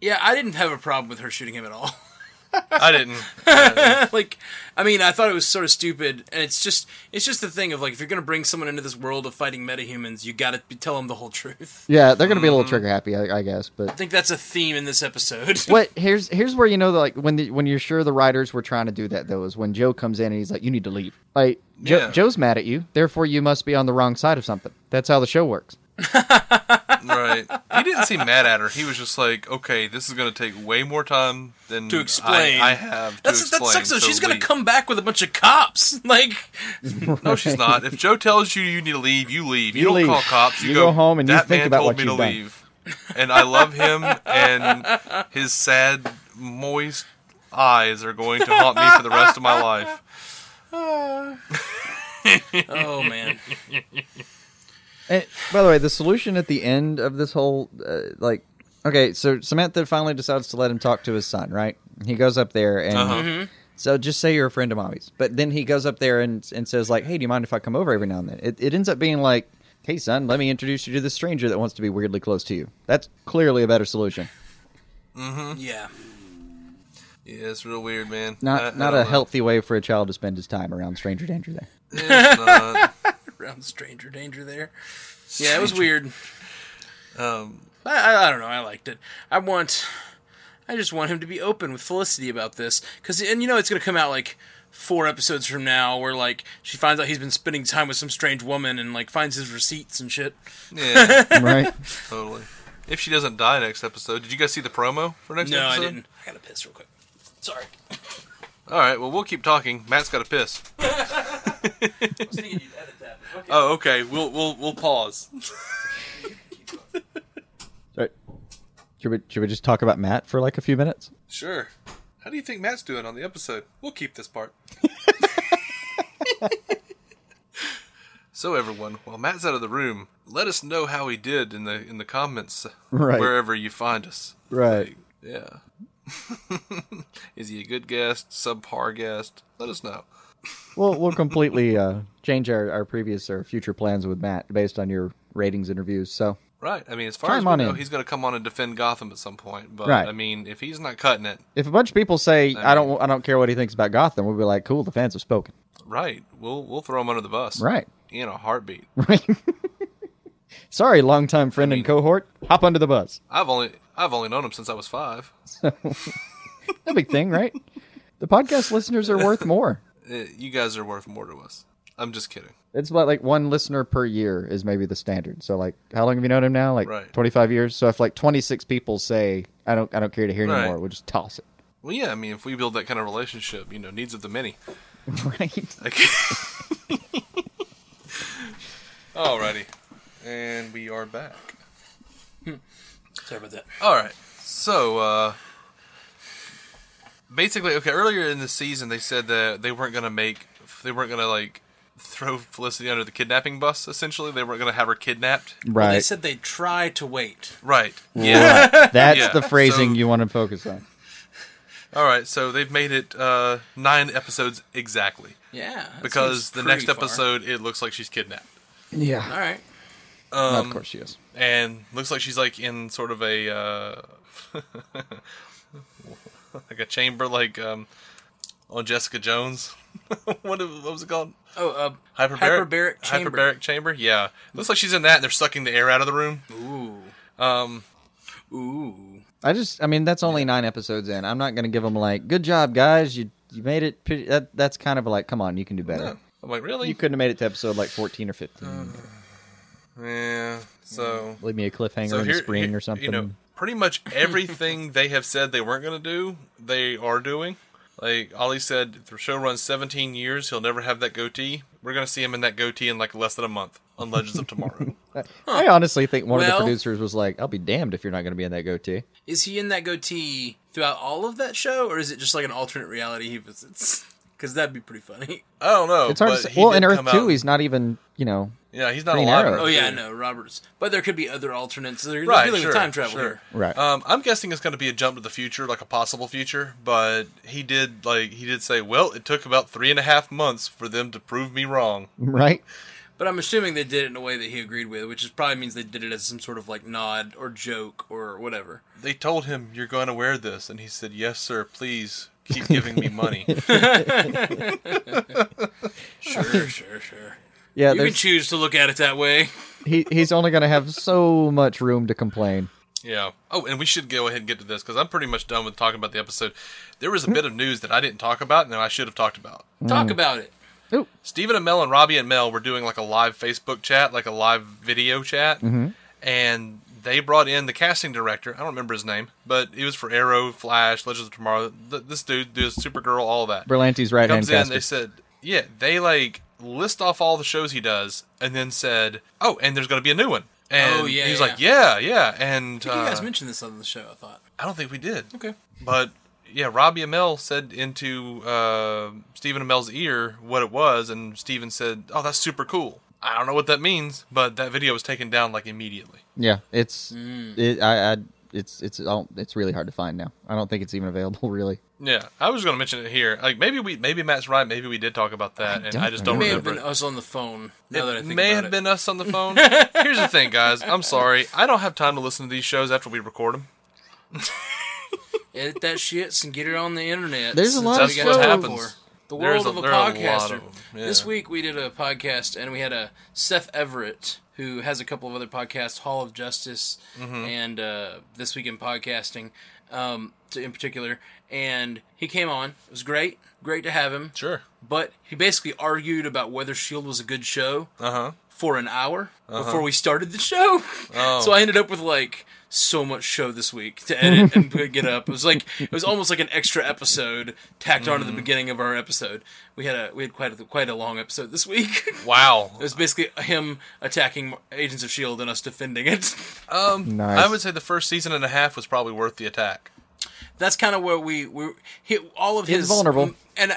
Speaker 4: Yeah, I didn't have a problem with her shooting him at all.
Speaker 3: I didn't.
Speaker 4: like, I mean, I thought it was sort of stupid, and it's just it's just the thing of like if you're gonna bring someone into this world of fighting metahumans, you gotta be- tell them the whole truth.
Speaker 5: Yeah, they're gonna be a little trigger happy, I, I guess.
Speaker 4: I
Speaker 5: But
Speaker 4: think that's a theme in this episode.
Speaker 5: what here's here's where you know that like when the, when you're sure the writers were trying to do that though is when Joe comes in and he's like, "You need to leave." Like jo-
Speaker 3: Yeah.
Speaker 5: Joe's mad at you, therefore you must be on the wrong side of something. That's how the show works.
Speaker 3: right. He didn't seem mad at her. He was just like, okay, this is going to take way more time than
Speaker 4: To explain.
Speaker 3: I, I have. To
Speaker 4: That's
Speaker 3: explain,
Speaker 4: that sucks though.
Speaker 3: so
Speaker 4: She's gonna
Speaker 3: leave.
Speaker 4: come back with a bunch of cops. Like,
Speaker 3: No, she's not. If Joe tells you you need to leave, you leave. You,
Speaker 5: You
Speaker 3: don't
Speaker 5: leave.
Speaker 3: call cops. You,
Speaker 5: You go home and you
Speaker 3: that
Speaker 5: think
Speaker 3: man
Speaker 5: about
Speaker 3: told
Speaker 5: what
Speaker 3: me
Speaker 5: you've
Speaker 3: to
Speaker 5: done."
Speaker 3: leave. And I love him, and his sad, moist eyes are going to haunt me for the rest of my life.
Speaker 4: oh man,
Speaker 5: And, Eh, by the way, the solution at the end of this whole uh, like okay, so Samantha finally decides to let him talk to his son, right? He goes up there and so just say you're a friend of mommy's, but then he goes up there and and says like, hey, do you mind if I come over every now and then? It, it ends up being like, hey, son, let me introduce you to this stranger that wants to be weirdly close to you. That's clearly a better solution.
Speaker 4: yeah.
Speaker 3: Yeah, it's real weird, man.
Speaker 5: Not
Speaker 3: I- I
Speaker 5: not
Speaker 3: don't
Speaker 5: a
Speaker 3: know.
Speaker 5: healthy way for a child to spend his time around stranger danger. There.
Speaker 3: It's not.
Speaker 4: Around stranger danger there. Yeah, it was weird.
Speaker 3: Um,
Speaker 4: I, I, I don't know. I liked it. I want. I just want him to be open with Felicity about this, because and you know it's gonna come out like four episodes from now, where like she finds out he's been spending time with some strange woman and like finds his receipts and shit.
Speaker 3: yeah,
Speaker 5: Right.
Speaker 3: totally. If she doesn't die next episode, did you guys see the promo for next
Speaker 4: No, I
Speaker 3: episode?
Speaker 4: didn't. I gotta piss real quick. Sorry.
Speaker 3: All right, well, we'll keep talking. Matt's got to piss. Oh, okay. We'll we'll we'll pause.
Speaker 5: Right. Should we should we just talk about Matt for like a few minutes?
Speaker 3: Sure. How do you think Matt's doing on the episode? We'll keep this part. so everyone, while Matt's out of the room, let us know how he did in the in the comments
Speaker 5: Right.
Speaker 3: wherever you find us.
Speaker 5: Right.
Speaker 3: Yeah. Is he a good guest, subpar guest? Let us know.
Speaker 5: we'll we'll completely uh, change our, our previous or future plans with Matt based on your ratings and reviews. So
Speaker 3: Right. I mean, as far
Speaker 5: Try
Speaker 3: as
Speaker 5: him
Speaker 3: we
Speaker 5: on
Speaker 3: know,
Speaker 5: in.
Speaker 3: he's going to come on and defend Gotham at some point. But
Speaker 5: Right.
Speaker 3: I mean, if he's not cutting it,
Speaker 5: if a bunch of people say I, don't I don't care what he thinks about Gotham, we'll be like, cool, the fans have spoken.
Speaker 3: right. We'll we'll throw him under the bus.
Speaker 5: Right.
Speaker 3: In a heartbeat.
Speaker 5: Sorry, longtime friend and cohort. Hop under the bus.
Speaker 3: I've only I've only known him since I was five.
Speaker 5: No big thing, right? The podcast listeners are worth more.
Speaker 3: Uh, you guys are worth more to us. I'm just kidding.
Speaker 5: It's about like one listener per year is maybe the standard. So like, how long have you known him now? Like
Speaker 3: Right.
Speaker 5: 25 years. So if like 26 people say, I don't, I don't care to hear
Speaker 3: Right.
Speaker 5: anymore, we'll just toss it.
Speaker 3: Well, yeah. I mean, if we build that kind of relationship, you know, needs of the many.
Speaker 5: Right.
Speaker 3: Like- Alrighty, and we are back.
Speaker 4: Sorry about that.
Speaker 3: All right. So, uh, basically, okay. Earlier in the season, they said that they weren't gonna make, they weren't gonna like throw Felicity under the kidnapping bus. Essentially, they weren't gonna have her kidnapped.
Speaker 4: Well, They
Speaker 5: Right.
Speaker 4: said they try to wait.
Speaker 3: Right. Yeah.
Speaker 5: That's
Speaker 3: Yeah,
Speaker 5: the phrasing
Speaker 3: so-
Speaker 5: you want to focus on.
Speaker 3: All right. So they've made it uh, nine episodes exactly
Speaker 4: Yeah, that
Speaker 3: because
Speaker 4: seems
Speaker 3: the
Speaker 4: pretty
Speaker 3: next
Speaker 4: far.
Speaker 3: episode it looks like she's kidnapped
Speaker 5: Yeah.
Speaker 4: All right.
Speaker 5: of course she is.
Speaker 3: and looks like she's like in sort of a uh, like a chamber like um, on Jessica Jones. what, was- what was it called?
Speaker 4: Oh, uh,
Speaker 3: Hyperbaric,
Speaker 4: Hyperbaric chamber.
Speaker 3: Hyperbaric chamber. Yeah, looks like she's in that, and they're sucking the air out of the room.
Speaker 4: Ooh.
Speaker 3: Um,
Speaker 4: Ooh.
Speaker 5: I just, I mean, that's only nine episodes in. I'm not going to give them like, good job, guys. You, you made it. Pretty, that, that's kind of like, come on, you can do better.
Speaker 3: I'm like, really?
Speaker 5: You couldn't have made it to episode like 14 or 15.
Speaker 3: Uh, Yeah. So,
Speaker 5: Leave me a cliffhanger
Speaker 3: so
Speaker 5: in
Speaker 3: here,
Speaker 5: the spring
Speaker 3: here-
Speaker 5: or something.
Speaker 3: You know, pretty much everything they have said they weren't going to do, they are doing. Like Ollie said, the show runs 17 years. He'll never have that goatee. We're going to see him in that goatee in like less than a month on Legends of Tomorrow.
Speaker 5: I honestly think one of
Speaker 4: Well-
Speaker 5: the producers was like, I'll be damned if you're not going to be in that goatee.
Speaker 4: Is he in that goatee throughout all of that show, or is it just like an alternate reality he visits? Because that'd be pretty funny.
Speaker 3: I don't know.
Speaker 5: It's hard
Speaker 3: but
Speaker 5: to say.
Speaker 3: he
Speaker 5: Well,
Speaker 3: did
Speaker 5: in Earth
Speaker 3: come out-
Speaker 5: 2, he's not even, you know,
Speaker 3: yeah, he's not
Speaker 5: Green
Speaker 3: alive. in
Speaker 5: Arrow.
Speaker 3: Earth
Speaker 4: Oh yeah, I
Speaker 3: two.
Speaker 4: know Roberts, but there could be other alternates. They're they're
Speaker 3: right,
Speaker 4: dealing
Speaker 3: sure,
Speaker 4: with time travel
Speaker 3: sure.
Speaker 4: here.
Speaker 5: Right.
Speaker 3: Um, I'm guessing it's going to be a jump to the future, like a possible future. But he did like he did say, well, it took about three and a half months for them to prove me wrong.
Speaker 5: right?
Speaker 4: But I'm assuming they did it in a way that he agreed with, which is probably means they did it as some sort of like nod or joke or whatever.
Speaker 3: They told him you're going to wear this, and he said, yes, sir. Please keep giving me money.
Speaker 4: Sure, sure, sure.
Speaker 5: Yeah,
Speaker 4: You can
Speaker 5: there's,
Speaker 4: choose to look at it that way.
Speaker 5: he, he's only going to have so much room to complain.
Speaker 3: yeah. Oh, and we should go ahead and get to this because I'm pretty much done with talking about the episode. There was a bit of news that I didn't talk about, and I should have talked about.
Speaker 5: Mm.
Speaker 4: Talk about it.
Speaker 3: Stephen and Mel and Robbie and Mel were doing like a live Facebook chat, like a live video chat, and they brought in the casting director. I don't remember his name, but it was for Arrow, Flash, Legends of Tomorrow. Th- this dude, does Supergirl, all that.
Speaker 5: Berlanti's right hand
Speaker 3: Comes in,
Speaker 5: caster.
Speaker 3: they said, yeah, they like list off all the shows he does, and then said, oh, and there's going to be a new one. And
Speaker 4: Oh, yeah,
Speaker 3: he's
Speaker 4: yeah.
Speaker 3: like, yeah, yeah, and
Speaker 4: I think you
Speaker 3: uh,
Speaker 4: guys mentioned this on the show. I thought.
Speaker 3: I don't think we did.
Speaker 4: Okay.
Speaker 3: But yeah, Robbie Amell said into uh, Stephen Amell's ear what it was, and Stephen said, "Oh, that's super cool." I don't know what that means, but that video was taken down like immediately.
Speaker 5: Yeah, it's
Speaker 3: Mm.
Speaker 5: it, I, I it's it's all it's really hard to find now. I don't think it's even available really.
Speaker 3: Yeah, I was going to mention it here. Like maybe we, maybe Matt's right. Maybe we did talk about that, and
Speaker 5: don't
Speaker 3: I just don't
Speaker 4: It may have
Speaker 3: remember.
Speaker 4: been
Speaker 3: it.
Speaker 4: us on the phone. Now that I
Speaker 3: It
Speaker 4: think
Speaker 3: may
Speaker 4: about
Speaker 3: have
Speaker 4: it.
Speaker 3: been us on the phone. Here's the thing, guys. I'm sorry. I don't have time to listen to these shows after we record them.
Speaker 4: edit that shit and get it on the internet.
Speaker 5: There's a
Speaker 4: That's
Speaker 5: lot
Speaker 4: what
Speaker 5: of
Speaker 4: we got time
Speaker 3: shows.
Speaker 4: for. The
Speaker 3: There's
Speaker 4: world
Speaker 3: a-
Speaker 4: of a
Speaker 3: there are a lot
Speaker 4: podcaster.
Speaker 3: of 'em, yeah.
Speaker 4: This week we did a podcast and we had a Seth Everett who has a couple of other podcasts, Hall of Justice
Speaker 3: Mm-hmm.
Speaker 4: and uh, This Week in Podcasting, um, to, in particular. And he came on. It was great. Great to have him.
Speaker 3: Sure.
Speaker 4: But he basically argued about whether Shield E was a good show
Speaker 3: Uh huh.
Speaker 4: for an hour before we started the show. So I ended up with like so much show this week to edit and put- get up. It was like it was almost like an extra episode tacked on to the beginning of our episode. We had a we had quite a quite a long episode this week. it
Speaker 3: Wow.
Speaker 4: was basically him attacking Agents of Shield E and us defending it.
Speaker 3: Um,
Speaker 5: Nice.
Speaker 3: I would say the first season and a half was probably worth the attack.
Speaker 4: That's kind of where we we hit all of
Speaker 5: He's
Speaker 4: his
Speaker 5: vulnerable.
Speaker 4: and. I,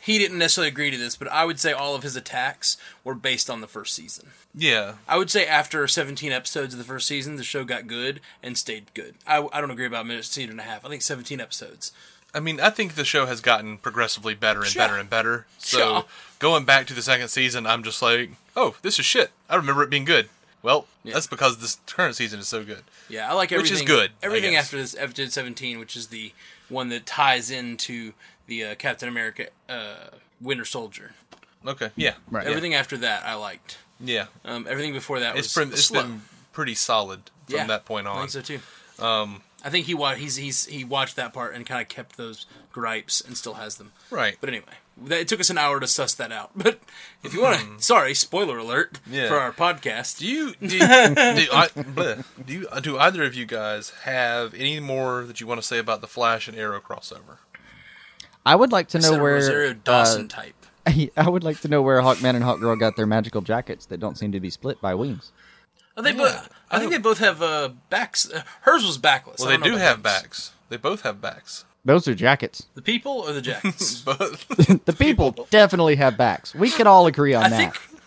Speaker 4: he didn't necessarily agree to this, but I would say all of his attacks were based on the first season.
Speaker 3: Yeah.
Speaker 4: I would say after 17 episodes of the first season, the show got good and stayed good. I, I don't agree about minute season and a half. I think 17 episodes.
Speaker 3: I mean, I think the show has gotten progressively better and
Speaker 4: Sure.
Speaker 3: better and better. So
Speaker 4: Sure.
Speaker 3: going back to the second season, I'm just like, oh, this is shit. I remember it being good. Well, that's because this current season is so good.
Speaker 4: Yeah, I like
Speaker 3: Which is
Speaker 4: everything.
Speaker 3: good, I
Speaker 4: Everything
Speaker 3: guess.
Speaker 4: after this after 17, which is the one that ties into the uh, Captain America uh, Winter Soldier.
Speaker 3: Okay. Yeah.
Speaker 5: Right.
Speaker 3: Everything.
Speaker 4: Everything after that I liked.
Speaker 3: Yeah.
Speaker 5: Uh,
Speaker 4: Um, everything before that
Speaker 3: It's
Speaker 4: was
Speaker 3: been it's
Speaker 4: slow.
Speaker 3: been pretty solid from
Speaker 4: Yeah,
Speaker 3: that point
Speaker 4: I
Speaker 3: on.
Speaker 4: think so too. Um, I think he wa- he's he's he watched that part and kind of kept those gripes and still has them.
Speaker 3: Right.
Speaker 4: But anyway, that, it took us an hour to suss that out. But if you want to, sorry, spoiler alert
Speaker 3: Hmm. Yeah.
Speaker 4: for our podcast.
Speaker 3: Do you do, you- do, I, bleh. do you do either of you guys have any more that you want to say about the Flash and Arrow crossover?
Speaker 5: I would like to
Speaker 4: Instead
Speaker 5: know
Speaker 4: of
Speaker 5: where
Speaker 4: Rosario Dawson type.
Speaker 5: uh, I would like to know where Hawkman and Hawkgirl got their magical jackets that don't seem to be split by wings.
Speaker 4: Are they both, I, think they both have uh, backs. Uh, hers was backless.
Speaker 3: Well,
Speaker 4: I
Speaker 3: they
Speaker 4: don't know
Speaker 3: do
Speaker 4: about
Speaker 3: have
Speaker 4: hers.
Speaker 3: backs. They both have backs.
Speaker 5: Those are jackets.
Speaker 4: The people or the jackets?
Speaker 3: But
Speaker 5: The people definitely have backs. We could all agree on
Speaker 4: I
Speaker 5: that.
Speaker 4: think.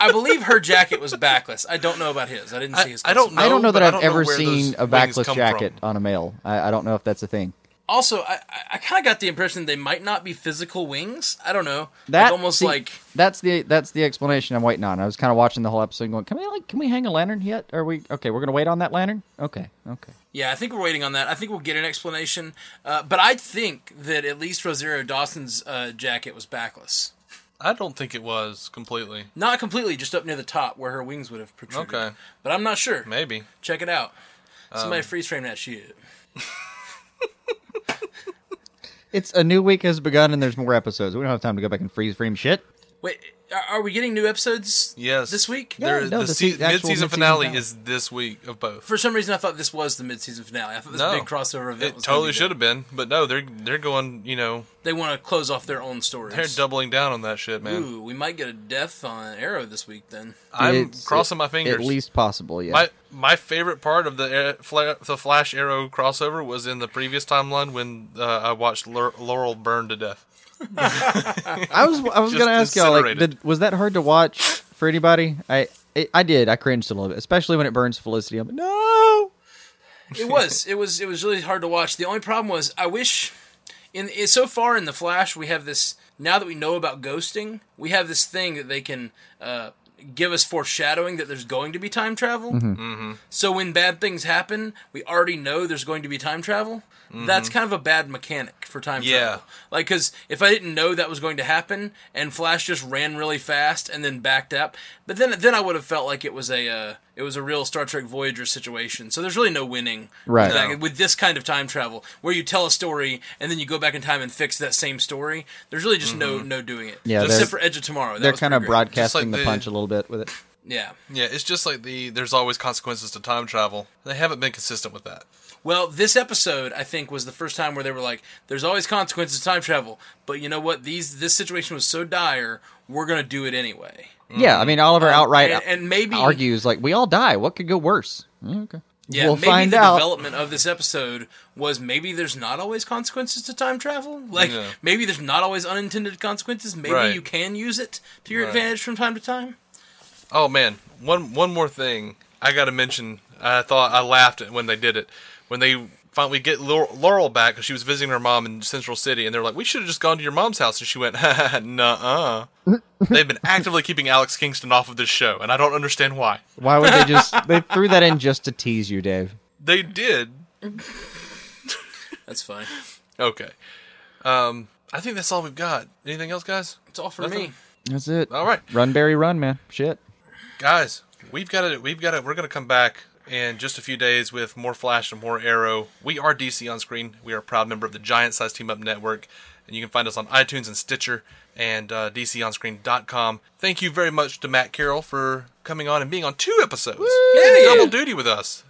Speaker 4: I believe her jacket was backless. I don't know about his. I didn't see
Speaker 3: I,
Speaker 4: his.
Speaker 3: I don't know.
Speaker 5: I don't know
Speaker 3: but
Speaker 5: that I've
Speaker 3: don't
Speaker 5: ever
Speaker 3: where those
Speaker 5: seen a
Speaker 3: wings
Speaker 5: backless
Speaker 3: come
Speaker 5: jacket
Speaker 3: from.
Speaker 5: on a male. I, I don't know if that's a thing.
Speaker 4: Also, I, I- I kind of got the impression they might not be physical wings. I don't know.
Speaker 5: That
Speaker 4: Like, almost
Speaker 5: see,
Speaker 4: like
Speaker 5: that's the that's the explanation I'm waiting on. I was kind of watching the whole episode, going, "Can we like can we hang a lantern yet? Are we okay? We're gonna wait on that lantern. Okay, okay.
Speaker 4: yeah. I think we're waiting on that. I think we'll get an explanation. Uh, but I think that at least Rosario Dawson's uh, jacket was backless,
Speaker 3: I don't think it was completely.
Speaker 4: not completely, just up near the top where her wings would have protruded.
Speaker 3: Okay. Um,
Speaker 4: but I'm not sure.
Speaker 3: Maybe.
Speaker 4: Check it out. Somebody freeze frame that shit.
Speaker 5: It's a new week has begun, and there's more episodes. We don't have time to go back and freeze frame shit.
Speaker 4: Wait, are, are we getting new episodes?
Speaker 3: Yes.
Speaker 4: This week?
Speaker 5: Yeah.
Speaker 3: There,
Speaker 5: no,
Speaker 3: the se-
Speaker 5: the se- actual
Speaker 3: mid-season
Speaker 5: mid-season
Speaker 3: finale
Speaker 5: finale.
Speaker 3: is this week of both.
Speaker 4: For some reason, I thought this was the mid-season finale. I thought this
Speaker 3: No.
Speaker 4: big crossover event.
Speaker 3: It
Speaker 4: was gonna
Speaker 3: totally
Speaker 4: be
Speaker 3: should
Speaker 4: big.
Speaker 3: have been, but no, they're they're going. You know,
Speaker 4: They want to close off their own stories.
Speaker 3: they're doubling down on that shit, man.
Speaker 4: Ooh, we might get a death on Arrow this week then.
Speaker 3: I'm
Speaker 5: It's
Speaker 3: crossing my fingers.
Speaker 5: At least possible, yeah.
Speaker 3: My my favorite part of the uh, Fla- the Flash Arrow crossover was in the previous timeline when uh, I watched Lur- Laurel burn to death.
Speaker 5: I was I was
Speaker 3: Just
Speaker 5: gonna ask y'all like,
Speaker 3: incinerated.
Speaker 5: did, was that hard to watch for anybody? I it, I did. I cringed a little bit, especially when it burns Felicity. I'm like, no.
Speaker 4: It was. it was. It was really hard to watch. The only problem was I wish in in- so far in the Flash we have this. Now that we know about ghosting, we have this thing that they can uh, give us foreshadowing that there's going to be time travel. Mm-hmm. So when bad things happen, we already know there's going to be time travel. That's kind of a bad mechanic for time
Speaker 3: Yeah.
Speaker 4: travel. Like, because if I didn't know that was going to happen, and Flash just ran really fast and then backed up, but then then I would have felt like it was a uh, it was a real Star Trek Voyager situation. So there's really no winning
Speaker 5: Right.
Speaker 4: with, that- with this kind of time travel, where you tell a story and then you go back in time and fix that same story. There's really just no no doing it.
Speaker 5: Mm-hmm. Yeah,
Speaker 4: except for
Speaker 5: they're-
Speaker 4: Edge of Tomorrow. That
Speaker 5: They're
Speaker 4: was
Speaker 5: kind of
Speaker 4: pretty great.
Speaker 5: broadcasting
Speaker 3: like
Speaker 5: the
Speaker 3: the-
Speaker 5: punch a little bit with it.
Speaker 4: Yeah.
Speaker 3: Yeah, it's just like the there's always consequences to time travel. They haven't been consistent with that.
Speaker 4: Well, this episode I think was the first time where they were like, "There's always consequences to time travel, but you know what? These this situation was so dire, we're gonna do it anyway."
Speaker 5: Yeah, I mean Oliver outright
Speaker 4: Uh, and- and maybe-
Speaker 5: argues like we all die. What could go worse? Mm, Okay,
Speaker 4: Yeah,
Speaker 5: we'll
Speaker 4: maybe
Speaker 5: find
Speaker 4: the
Speaker 5: out.
Speaker 4: development of this episode was maybe there's not always consequences to time travel. Like
Speaker 3: Yeah.
Speaker 4: maybe there's not always unintended consequences. Maybe
Speaker 3: Right.
Speaker 4: you can use it to your
Speaker 3: Right.
Speaker 4: advantage from time to time.
Speaker 3: Oh man, one one more thing I got to mention. I thought I laughed when they did it when they finally get Laurel, Laurel back because she was visiting her mom in Central City, and they're like, "We should have just gone to your mom's house," and she went, "Nah." They've been actively keeping Alex Kingston off of this show, and I don't understand why.
Speaker 5: Why would they just? they threw that in just to tease you, Dave.
Speaker 3: They did.
Speaker 4: That's fine.
Speaker 3: Okay. Um, I think that's all we've got. Anything else, guys?
Speaker 4: It's all for
Speaker 3: Nothing.
Speaker 4: me.
Speaker 5: That's it.
Speaker 3: All right,
Speaker 5: Run, Barry, run, man. Shit.
Speaker 3: guys, we've got it. We've got it. We're gonna come back in just a few days with more Flash and more Arrow. We are DC on screen. We are a proud member of the Giant Size Team Up Network, and you can find us on iTunes and Stitcher and uh, DCOnScreen.com. Thank you very much to Matt Carroll for coming on and being on two episodes. He did
Speaker 4: Yeah.
Speaker 3: double duty with us.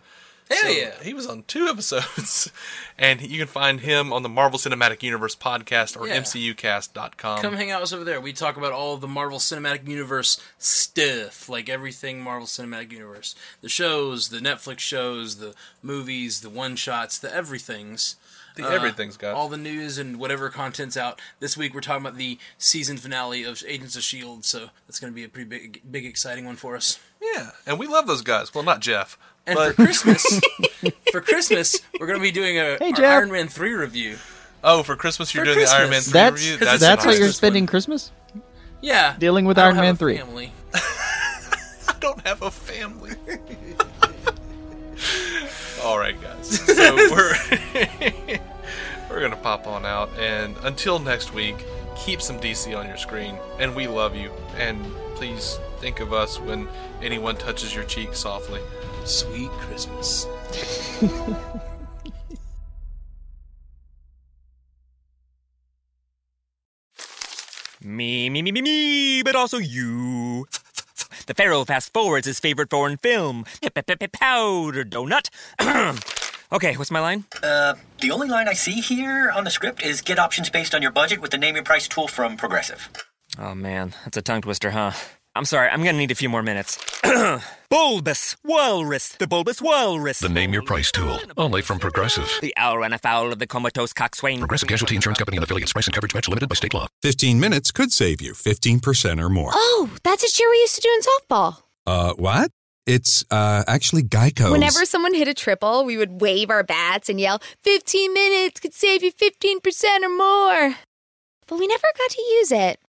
Speaker 4: Hell
Speaker 3: So,
Speaker 4: yeah!
Speaker 3: He was on two episodes. and you can find him on the Marvel Cinematic Universe podcast or
Speaker 4: Yeah.
Speaker 3: MCUcast.com.
Speaker 4: Come hang out with us over there. We talk about all of the Marvel Cinematic Universe stuff, like everything Marvel Cinematic Universe. The shows, the Netflix shows, the movies, the one shots, the everythings.
Speaker 3: The everything's got
Speaker 4: All the news and whatever content's out. This week we're talking about the season finale of Agents of S.H.I.E.L.D., E so that's going to be a pretty big, big, exciting one for us.
Speaker 3: Yeah, and we love those guys. Well, not Jeff.
Speaker 4: And
Speaker 3: but,
Speaker 4: for Christmas, for Christmas, we're going to be doing a our
Speaker 5: Jeff.
Speaker 4: Iron Man 3 review.
Speaker 3: oh, for Christmas you're
Speaker 4: For
Speaker 3: doing the Iron Man
Speaker 4: Christmas.
Speaker 3: three
Speaker 5: That's
Speaker 3: review.
Speaker 5: that's,
Speaker 3: an
Speaker 5: how
Speaker 3: honor.
Speaker 5: you're
Speaker 4: one.
Speaker 5: spending Christmas.
Speaker 4: Yeah.
Speaker 5: Dealing with
Speaker 4: I don't
Speaker 5: Iron
Speaker 4: have
Speaker 5: Man
Speaker 4: a
Speaker 5: 3.
Speaker 4: family.
Speaker 3: I don't have a family. All right, guys. So we're we're gonna pop on out, and until next week, keep some DC on your screen, and we love you. And please think of us when anyone touches your cheek softly.
Speaker 4: Sweet Christmas.
Speaker 6: Me, me, me, me, me, but also you. The Pharaoh fast forwards his favorite foreign film, Powder Donut. okay, what's my line?
Speaker 7: Uh, the only line I see here on the script is get options based on your budget with the name your price tool from Progressive.
Speaker 6: Oh man, that's a tongue twister, huh? I'm sorry, I'm gonna need a few more minutes. bulbous Walrus, the Bulbous Walrus.
Speaker 8: The Name Your Price tool. Only from Progressive.
Speaker 6: The owl ran afoul of the comatose coxswain.
Speaker 8: Progressive Casualty Insurance Company and affiliates. Price and coverage match limited by state law.
Speaker 2: 15 minutes could save you 15% or more.
Speaker 1: Oh, that's a cheer we used to do in softball.
Speaker 2: Uh, what? It's uh, actually Geico.
Speaker 1: Whenever someone hit a triple, we would wave our bats and yell, 15 minutes could save you 15% or more. But we never got to use it